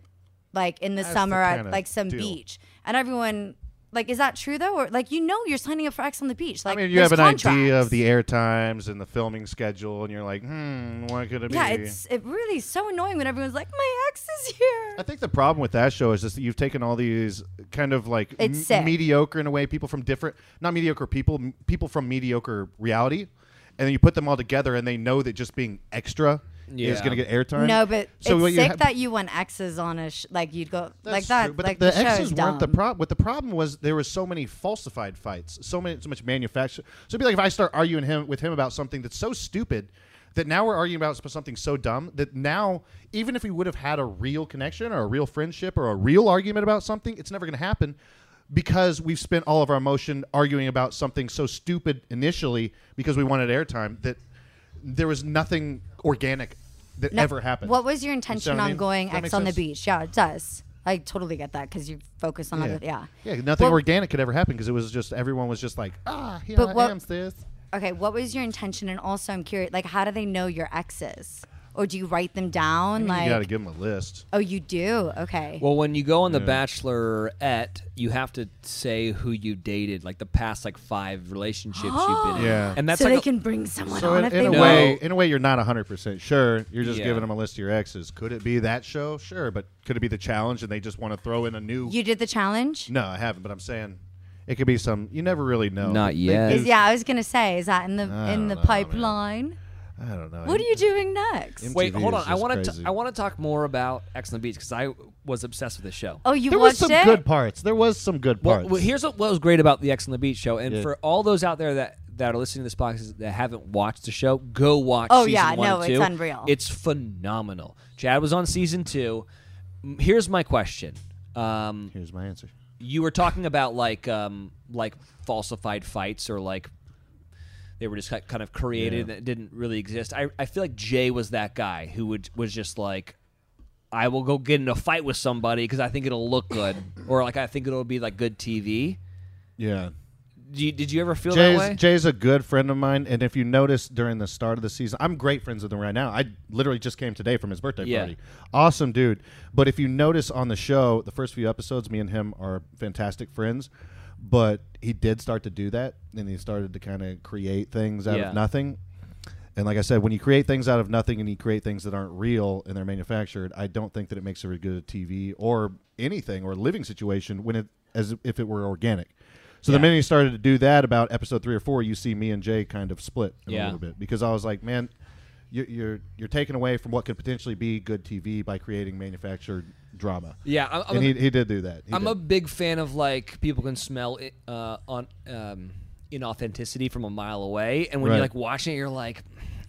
like in the That's the summer at kinda like some deal. beach, and everyone like, is that true though? Or like you know you're signing up for X on the beach. Like I mean, you there's have an contract. idea of the air times and the filming schedule, and you're like, hmm, what could it Yeah, be? it's it really is so annoying when everyone's like, "My ex is here." I think the problem with that show is just that you've taken all these kind of like It's sick. mediocre in a way people from different, not mediocre people, m- people from mediocre reality, and then you put them all together, and they know that just being extra is Yeah. going to get airtime. No, but so what it's you sick have- that you won X's on a sh- like you'd go like That's that. true, but like the, show X's is weren't the dumb. problem. What the problem was, there was so many falsified fights, so many, so much manufacture. So it'd be like if I start arguing him with him about something that's so stupid that now we're arguing about something so dumb that now even if we would have had a real connection or a real friendship or a real argument about something, it's never going to happen because we've spent all of our emotion arguing about something so stupid initially because we wanted airtime that there was nothing organic that No, ever happened. What was your You see intention what I on mean? going Does that X make on the sense? beach? Yeah, it does. I totally get that because you focus on other yeah. Yeah, nothing Well- organic could ever happen because it was just everyone was just like, ah, here I am. sis. Okay, what was your intention? And also, I'm curious, like, how do they know your exes, or do you write them down? I mean, like, you gotta give them a list. oh, you do. Okay. Well, when you go on the Yeah. Bachelorette, you have to say who you dated, like the past like five relationships you've been in. Yeah. and that's so like they a- can bring someone So on in, if in they want. a way, in a way, you're not 100 percent sure. You're just Yeah. giving them a list of your exes. Could it be that show? Sure, but could it be the challenge and they just want to throw in a new? You did the challenge. no, I haven't. But I'm saying it could be some. You never really know. Not They yet. do- Is, yeah, I was gonna say, is that in the I in don't the know, man. pipeline? I don't know. What are you doing next? Wait, hold on. is I just want to. crazy. I want to talk more about X on the Beach because I was obsessed with this show. Oh, you there was watched some it. good parts. There was some good Well, parts. well, here's what was great about the X on the Beach show, and Yeah. for all those out there that that are listening to this podcast that haven't watched the show, go watch. Oh, season yeah, one no, and it's two. unreal. It's phenomenal. Chad was on season two. M- Here's my question. Um, here's my answer. You were talking about like um, like falsified fights or like they were just ki- kind of created Yeah. that didn't really exist. I, I feel like Jay was that guy who would was just like, I will go get in a fight with somebody because I think it'll look good, or like I think it'll be like good TV. Yeah. Do you, did you ever feel Jay's, that way? Jay's a good friend of mine, and if you notice during the start of the season, I'm great friends with him right now. I literally just came today from his birthday Yeah. party. Awesome dude. But if you notice on the show, the first few episodes, me and him are fantastic friends. But he did start to do that, and he started to kind of create things out Yeah. of nothing. And like I said, when you create things out of nothing and you create things that aren't real and they're manufactured, I don't think that it makes for a good TV or anything or living situation when it as if it were organic. So the minute you started to do that about episode three or four, you see me and Jay kind of split in Yeah. a little bit because I was like, man, you're, you're you're taken away from what could potentially be good TV by creating manufactured drama. Yeah, I- I'm and a- he, he did do that. He I'm did. a big fan of like people can smell it, uh, on um, inauthenticity from a mile away, and when you're like Right. watching it, you're like.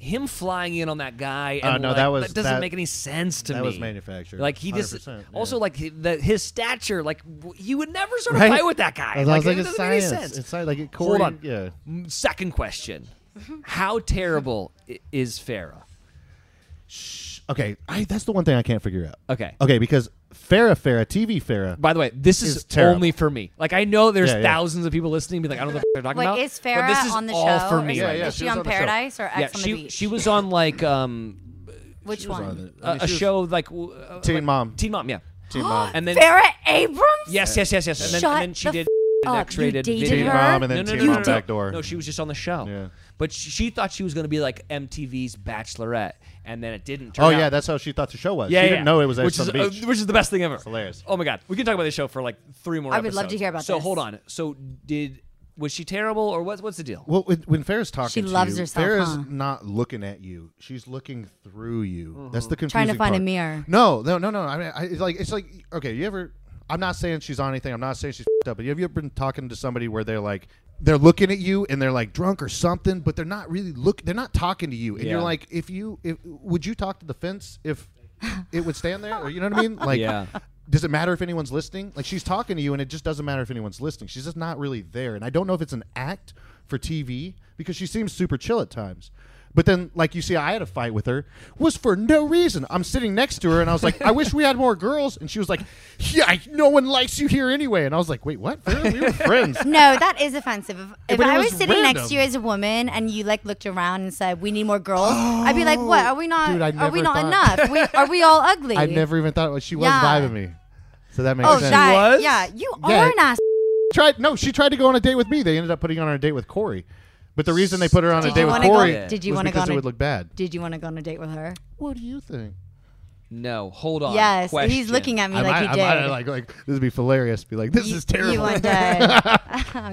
Him flying in on that guy, and Uh, no, like, that was- doesn't that- make any sense to me. that was manufactured, Like he just 100%, yeah. also like hi- the, his stature, like w- you would never sort of Right? fight with that guy. I was like, like, it it's doesn't make any science. sense. It's sci- like, it Hold Corey- on. yeah. M- Second question: How terrible i- is Farah? okay, I, that's the one thing I can't figure out. Okay. Okay, because Farah Farah, TV Farah. By the way, this is, terrible. only for me. Like I know there's Yeah, yeah. thousands of people listening, be like, I don't know what they're talking Wait, about. is but this Farrah is on the all show? for Is- me. Yeah, yeah, is she she was on on the show. Paradise or X yeah, on the she, Beach? She was on like um, Which one? a, a show like w- uh, Teen like- Mom. Teen Mom, yeah. Teen Mom. and then Farrah Abrams? Yes, yes, yes, yes. And then, Shut and then she the did up. an You X-rated dated video. Teen her? Mom and then no, no, Teen no, no, Mom no. Backdoor. No, she was just on the show. Yeah. But she, she thought she was going to be like MTV's Bachelorette, and then it didn't turn Oh out. yeah, that's how she thought the show was. Yeah, Uh, she yeah. didn't know it was which X on is, the beach. uh, which is the best thing ever. hilarious. Oh my god, we can talk about this show for like three more. I would love to episodes. hear about So this. hold on. So did was she terrible or what? What's the deal? Well, when, when Farrah's talking, She to loves you, herself, Farrah's huh? not looking at you; she's looking through you. That's the confusing Trying to find a part. mirror. No, no, no, no. I mean, I, it's like it's like okay. You ever? I'm not saying she's on anything. I'm not saying she's fed up. But have you ever been talking to somebody where they're like, they're looking at you and they're like drunk or something, but they're not really look. They're not talking to you, and Yeah. you're like, if you, if would you talk to the fence if it would stand there? Or you know what I mean? Like, Yeah. does it matter if anyone's listening? Like she's talking to you, and it just doesn't matter if anyone's listening. She's just not really there, and I don't know if it's an act for TV because she seems super chill at times. But then, like you see, I had a fight with her was for no reason. I'm sitting next to her and I was like, I wish we had more girls. And she was like, Yeah, I- no one likes you here anyway. And I was like, Wait, what? Vera? We were friends. No, that is offensive. If, if but it I was, was sitting next to you random. as a woman and you like looked around and said, "We need more girls," I'd be like, "What? Are we not? Dude, I are we never not thought- enough? We, are we all ugly?" I never even thought it was, she was Yeah. vibing me. So that makes Oh, sense. that- yeah, you are an ass. Tried no, she tried to go on a date with me. They ended up putting her on a date with Corey. But the reason they put her on Did a date you with wanna go- Corey Did you was want to go? on because it a- would look bad. Did you want to go on a date with her? What do you think? No, hold on. Yes, he's Question. looking at me I like might, he I might, did. like, like this would be hilarious. Be like, this is terrible. You one day.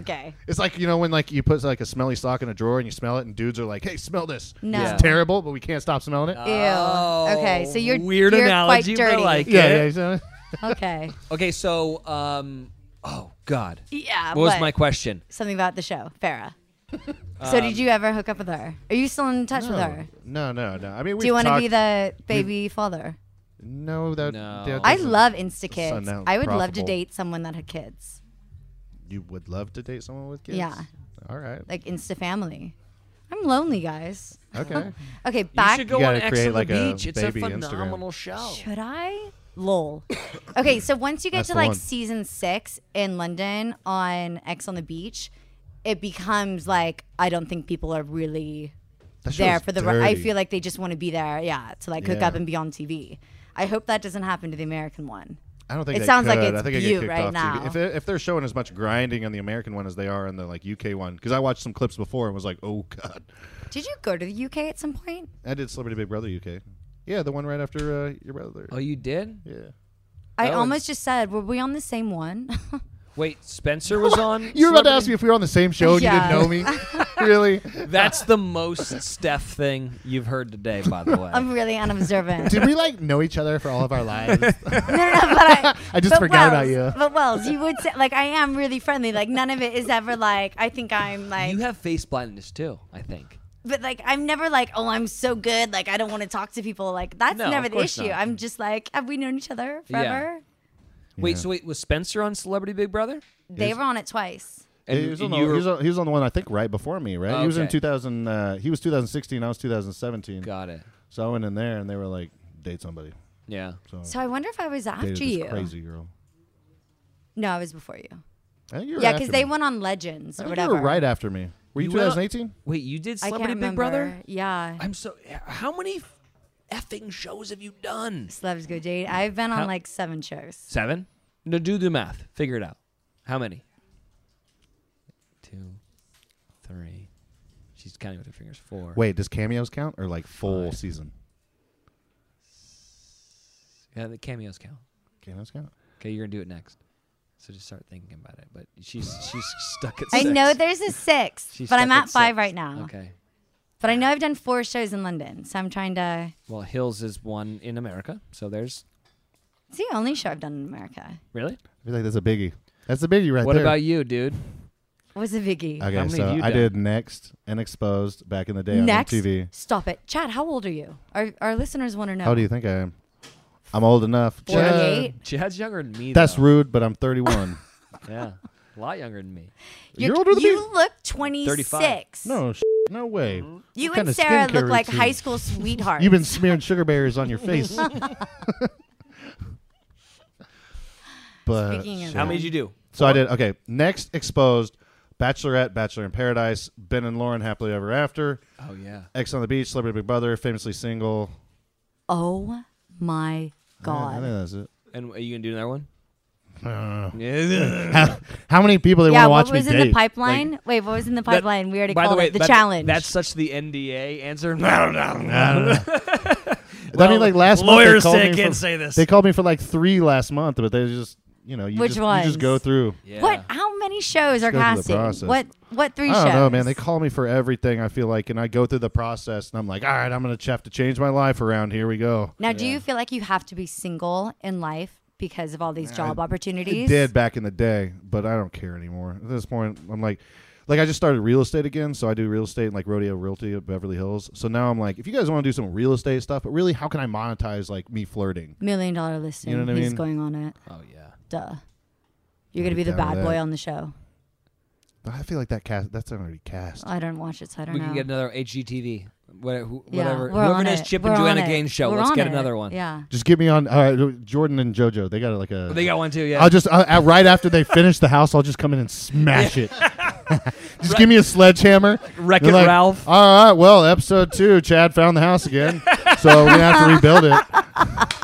okay. It's like you know when like you put like a smelly sock in a drawer and you smell it and dudes are like, "Hey, smell this! No. Yeah. It's terrible, but we can't stop smelling it." Ew. okay, so you're Oh, weird you're analogy, quite but I dirty. like Yeah, it. yeah, so- Okay. Okay, so um, oh god. Yeah. What was but my question? Something about the show, Farah. so Um, did you ever hook up with her? Are you still in touch with her? No, no, no. I mean, Do we you want want to be to the baby father? No, that. that I doesn't love insta kids. sound I would love to profitable. date someone that had kids, You would love to date someone with kids. Yeah. All right. like insta family. I'm lonely, guys. Okay. okay, back. You should go You on gotta X create, on the like, a Beach. It's a baby Instagram. phenomenal show. Should I? Lol. Okay, so once you get That's to the like one. season six in London on X on the Beach, it becomes like I don't think people are really That show there is for the. I dirty. feel like they just want to be there, yeah, to like hook Yeah. up and be on TV. I hope that doesn't happen to the American one. I don't think it they sounds could. like it's I think I get you kicked right off now. TV. If, it- if they're showing as much grinding on the American one as they are on the like UK one, because I watched some clips before and was like, oh god, Did you go to the UK at some point? I did Celebrity Big Brother UK. Yeah, the one right after uh, your brother. Oh, you did? Yeah. I Oh, and- almost just said, were we on the same one? Wait, Spencer was on. You were about to ask me if we were on the same show and Yeah. you didn't know me. really? Uh, That's the most Steph thing you've heard today, by the way. I'm really unobservant. Did we like know each other for all of our lives? no, no, no, but I, I just but Wells, forgot about you. But Wells, you would say like I am really friendly. Like none of it is ever like I think I'm like, you have face blindness too, I think. but like I'm never like oh I'm so good. Like I don't want to talk to people. Like that's No, never of the course issue. not. I'm just like have we known each other Yeah. forever? Wait, so wait, was Spencer on Celebrity Big Brother? They were on it twice. And- he, was on and the, you were- he was on- he was on the one I think right before me, right? Oh, He was in okay. 2000. Uh, he was 2016. I was 2017. Got it. So I went in there and they were like, date somebody. Yeah. So, So I wonder if I was dated after this you. crazy girl. No, I was before you. I think you were yeah, after because they me. went on Legends I or think whatever. You were right after me. Were you, went on- 2018? Wait, you did I can't Celebrity Big remember. Brother? Yeah. I'm so. How many effing shows have you done? Celebs Go Date. I've been on How- like seven shows. Seven? No, do the math. Figure it out. How many? Two, three. She's counting with her fingers. Four. Wait, does cameos count or like full season? Yeah, the cameos count. Cameos count. Okay, you're gonna do it next. So just start thinking about it. But she's she's stuck at. I six. know there's a six, She's but I'm stuck at at five six. right now. Okay. But I know I've done four shows in London, so I'm trying to. Well, Hills is one in America. So there's It's the only show I've done in America. really. I feel like that's a biggie. That's a biggie right what there. about you, dude? Was a biggie. Okay, How many have so you I done? did Next and Exposed back in the day Next, Uh, on MTV. stop it, Chad. How old are you? Our our listeners want to know. How do you think I am? I'm old enough. Forty-eight. Chad's younger than me. That's though. rude, but I'm 31. Yeah, a lot younger than me. You're, older than you me. look 26. No, sh- no way. You What and kinda Sarah skincare look like routine? high school sweethearts. You've been smearing sugar berries on your face. but Speaking of shit. How many did you do? So I did. Okay, next exposed. Bachelorette, Bachelor in Paradise, Ben and Lauren, Happily Ever After. Oh, yeah. X on the Beach, Celebrity Big Brother, Famously Single. Oh my I think god. that's it. And are you gonna do another one? Uh. how, how many people they yeah, want to watch what was me in date? the pipeline? Wait, what was in the pipeline? we already By called the way, it the that- challenge. That's uh, such the NDA answer. No, no, I mean, like last month lawyers they called say I me can't for- say this. They called me for like three last month, but they just, you know, you, Which just, you ones? just go through. What? How many shows are go through the casting? process. What? What three I shows? don't know, man. They call me for everything. I feel like, and I go through the process, and I'm like, all right, I'm gonna ch- have to change my life around. Here we go. Now, do you feel like you have to be single in life because of all these job I opportunities? did back in the day, but I don't care anymore. At this point, I'm like, like I just started real estate again, so I do real estate and like rodeo realty at Beverly Hills. So now I'm like, if you guys want to do some real estate stuff, but really, how can I monetize like me flirting? Million dollar listing. You know what I He's mean? going on it. Oh yeah. Duh. You're gonna I'll be be the down with bad boy that. on the show. I feel like that cast. That's already cast. I don't watch it, so I don't we know. can get another HGTV. Whatever, who, Yeah, whatever. we're Whoever on it is, it. Chip We're and on Joanna it. Gaines show. We're Let's on get it. another one. Yeah. Just get me on. Uh, Jordan and JoJo. They got like a. They got one too, yeah. I'll just uh, uh, right after they finish the house, I'll just come in and smash it. just give me a sledgehammer. Wreck-It They're like, Ralph. All right. Well, episode two, Chad found the house again, so we have to rebuild it.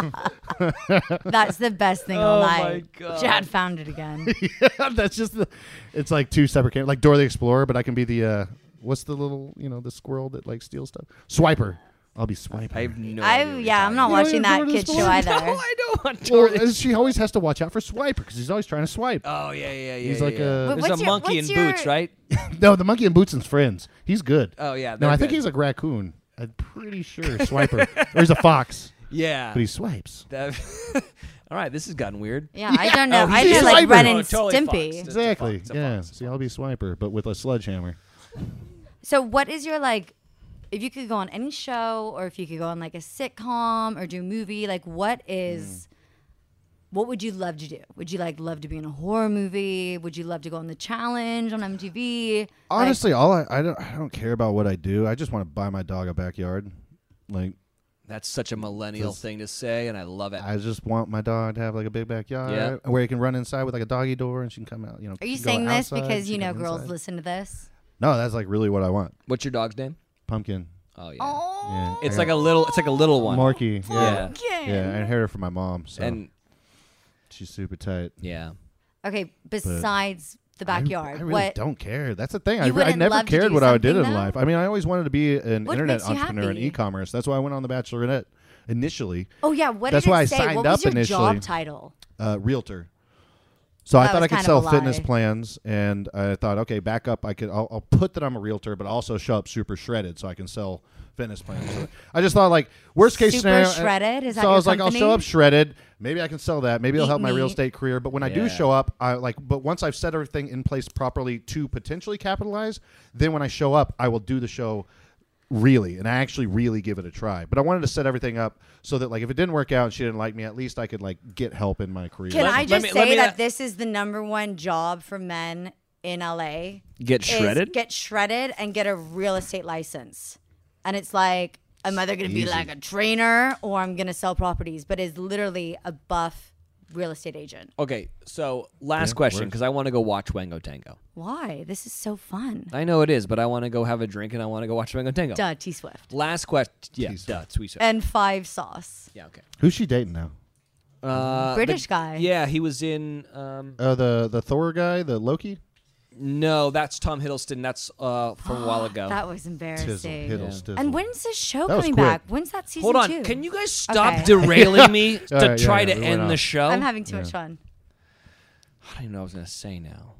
That's the best thing all Oh my night. Chad found it again. That's just the. It's like two separate cam- like Dora the Explorer, but I can be the. Uh, what's the little you know the squirrel that like steals stuff? Swiper. I'll be swiper. I have no. I yeah, I'm not You don't watching even that know kid this show one. either. No, I don't want Or Jordan. she always has to watch out for Swiper because he's always trying to swipe. Oh yeah, yeah, yeah. He's yeah, like yeah. a- But There's what's a your- monkey in what's boots, your- right? no, the monkey in boots and friends. He's good. Oh, yeah, No, they're I think good. he's a raccoon. I'm pretty sure swiper, or he's a fox. Yeah, but he swipes. That- All right, this has gotten weird. Yeah, I don't Oh, know. I feel like Ren and Stimpy. Exactly. yeah. See, I'll be swiper, but with a sledgehammer. So what is your like if you could go on any show or if you could go on like a sitcom or do a movie, like what is Hmm. what would you love to do? Would you like love to be in a horror movie? Would you love to go on the challenge on MTV? Honestly, all I, I don't I don't care about what I do. I just want to buy my dog a backyard. Like That's such a millennial Does- thing to say, and I love it. I just want my dog to have like a big backyard Yeah. where he can run inside with like a doggy door and she can come out. You know. Are you she can go saying this outside, because she you can know go girls inside. listen to this? No, that's like really what I want. What's your dog's name? Pumpkin. Oh yeah. Yeah, It's I like got- a little. It's like a little one. Marky. Yeah. Pumpkin. Yeah, I inherited from my mom, so And- she's super tight. Yeah. Okay, besides the backyard. I really what don't care. That's the thing. I, You re- I wouldn't never love to cared do what I did in something, though? life. I mean, I always wanted to be an What internet makes you entrepreneur in happy? e-commerce. That's why I went on The Bachelorette initially. Oh yeah, what That's did it why say? I signed what up was your initially. job title? Uh, realtor. So I That thought was I could kind of sell a fitness lie. plans, and I thought, okay, back up. I could. I'll, I'll put that I'm a realtor, but also show up super shredded, so I can sell fitness plans. So I just thought, like, worst case Super scenario. shredded? Is so that your I was like, I'll show company? up shredded. Maybe I can sell that. Maybe it'll Eat help my real meat. estate career. But when I do Yeah. show up, I like. But once I've set everything in place properly to potentially capitalize, then when I show up, I will do the show really and I actually really give it a try. But I wanted to set everything up so that like if it didn't work out and she didn't like me, at least I could like get help in my career. Can I just say that this is the number one job for men in LA? Get is shredded? Get shredded and get a real estate license. And it's like I'm either gonna be Easy. like a trainer or I'm gonna sell properties, but is literally a buff real estate agent. Okay, so last Yeah, question works. because I want to go watch Wango Tango. Why? This is so fun. I know it is, but I want to go have a drink and I want to go watch Wango Tango. Duh, Uh, T Swift. Last question. Yeah, duh, T Swift. And five sauce. Yeah, okay. Who's she dating now? Uh, the- British guy. Yeah, he was in. Um, Uh, the the Thor guy, the Loki. no, that's Tom Hiddleston. That's uh, from a while Oh, ago. That was embarrassing. Hiddle, stizzle. And when's this show That was coming quick. back? When's that season Hold on, two? can you guys stop derailing me to All right, yeah, try yeah, to we went end the off. show? I'm having too much Yeah. fun. I don't even know what I was gonna say now.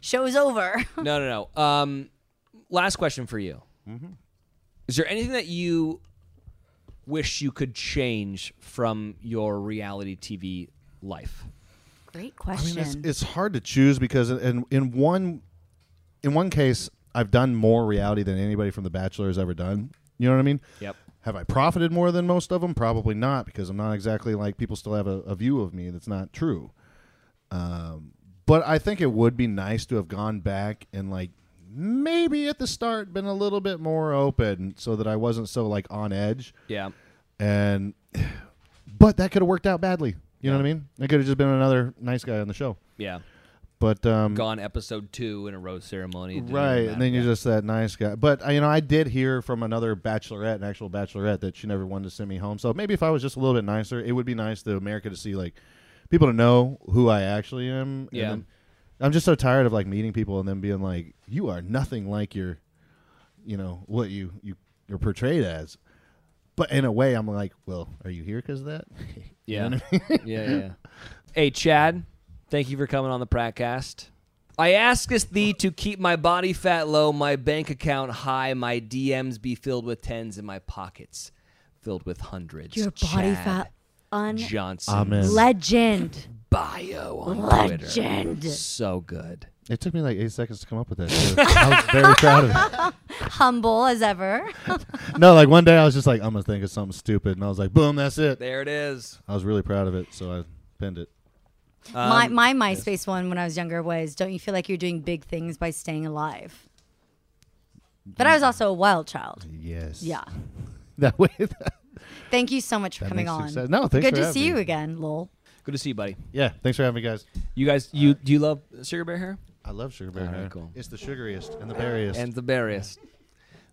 Show's over. no, no, no. Um, last question for you. Mm-hmm. Is there anything that you wish you could change from your reality TV life? Great I mean, question. it's, it's hard to choose because in- in in one in one case, I've done more reality than anybody from The Bachelor has ever done. You know what I mean? Yep. Have I profited more than most of them? Probably not, because I'm not exactly like people still have a, a view of me that's not true. Um, but I think it would be nice to have gone back and like maybe at the start been a little bit more open so that I wasn't so like on edge. Yeah. And but that could have worked out badly. You know what I mean? It could have just been another nice guy on the show. Yeah. But um, Gone episode two in a rose ceremony. It didn't Right, even and then you're just that nice guy. But uh, you know, I did hear from another bachelorette, an actual bachelorette, that she never wanted to send me home. So maybe if I was just a little bit nicer, it would be nice to America to see like people to know who I actually am. and Yeah. then- I'm just so tired of like meeting people and then being like, "You are nothing like your, you know, what you you you're portrayed as." But in a way, I'm like, "Well, are you here because of that?" You Yeah. know what I mean? yeah, yeah. Hey, Chad, thank you for coming on the Pratcast. I askest thee to keep my body fat low, my bank account high, my DMs be filled with tens, and my pockets filled with hundreds. Your body Chad fat un Johnson. uh, legend bio on Twitter. legend. So good. It took me like eight seconds to come up with that. too. I was very proud of it. Humble as ever. no, like one day I was just like, I'm gonna think of something stupid, and I was like, boom, that's it. There it is. I was really proud of it, so I pinned it. my Um, my MySpace one when I was younger was "Don't you feel like you're doing big things by staying alive?" But I was also a wild child. Yes. Yeah. that way. Thank you so much for That coming makes on. success. No, thanks Good for to see having you again, lol. Good to see you, buddy. Yeah, thanks for having me, guys. You guys, you do you love sugar bear hair? I love sugar bear All right, hair. cool. It's the sugariest and the berriest. And the berriest.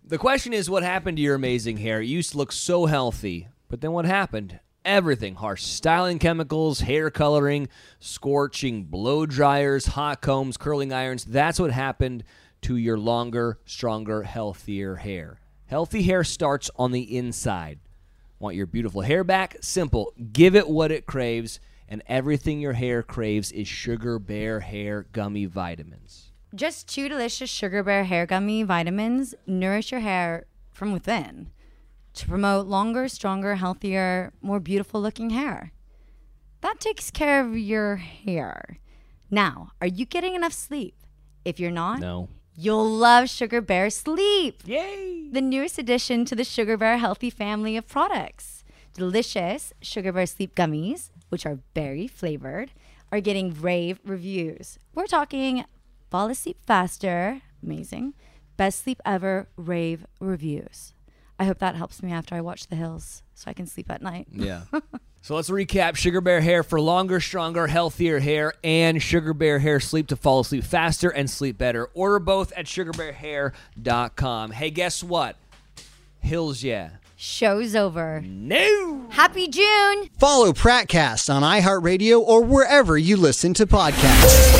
The question is, what happened to your amazing hair? It used to look so healthy, but then what happened? Everything harsh styling chemicals, hair coloring, scorching blow dryers, hot combs, curling irons. That's what happened to your longer, stronger, healthier hair. Healthy hair starts on the inside. Want your beautiful hair back? Simple. Give it what it craves, and everything your hair craves is Sugar Bear Hair Gummy Vitamins. Just two delicious Sugar Bear hair gummy vitamins nourish your hair from within to promote longer, stronger, healthier, more beautiful looking hair. That takes care of your hair. Now, are you getting enough sleep? If you're not, No. You'll love Sugar Bear Sleep. Yay! The newest addition to the Sugar Bear Healthy family of products. Delicious Sugar Bear Sleep gummies, which are berry flavored, are getting rave reviews. We're talking fall asleep faster, amazing, best sleep ever, rave reviews. I hope that helps me after I watch The Hills so I can sleep at night. Yeah. so let's recap Sugar Bear Hair for longer, stronger, healthier hair, and Sugar Bear Hair Sleep to fall asleep faster and sleep better. Order both at sugarbearhair.com. Hey, guess what? Hills, yeah. Show's over. No! Happy June! Follow Pratcast on iHeartRadio or wherever you listen to podcasts.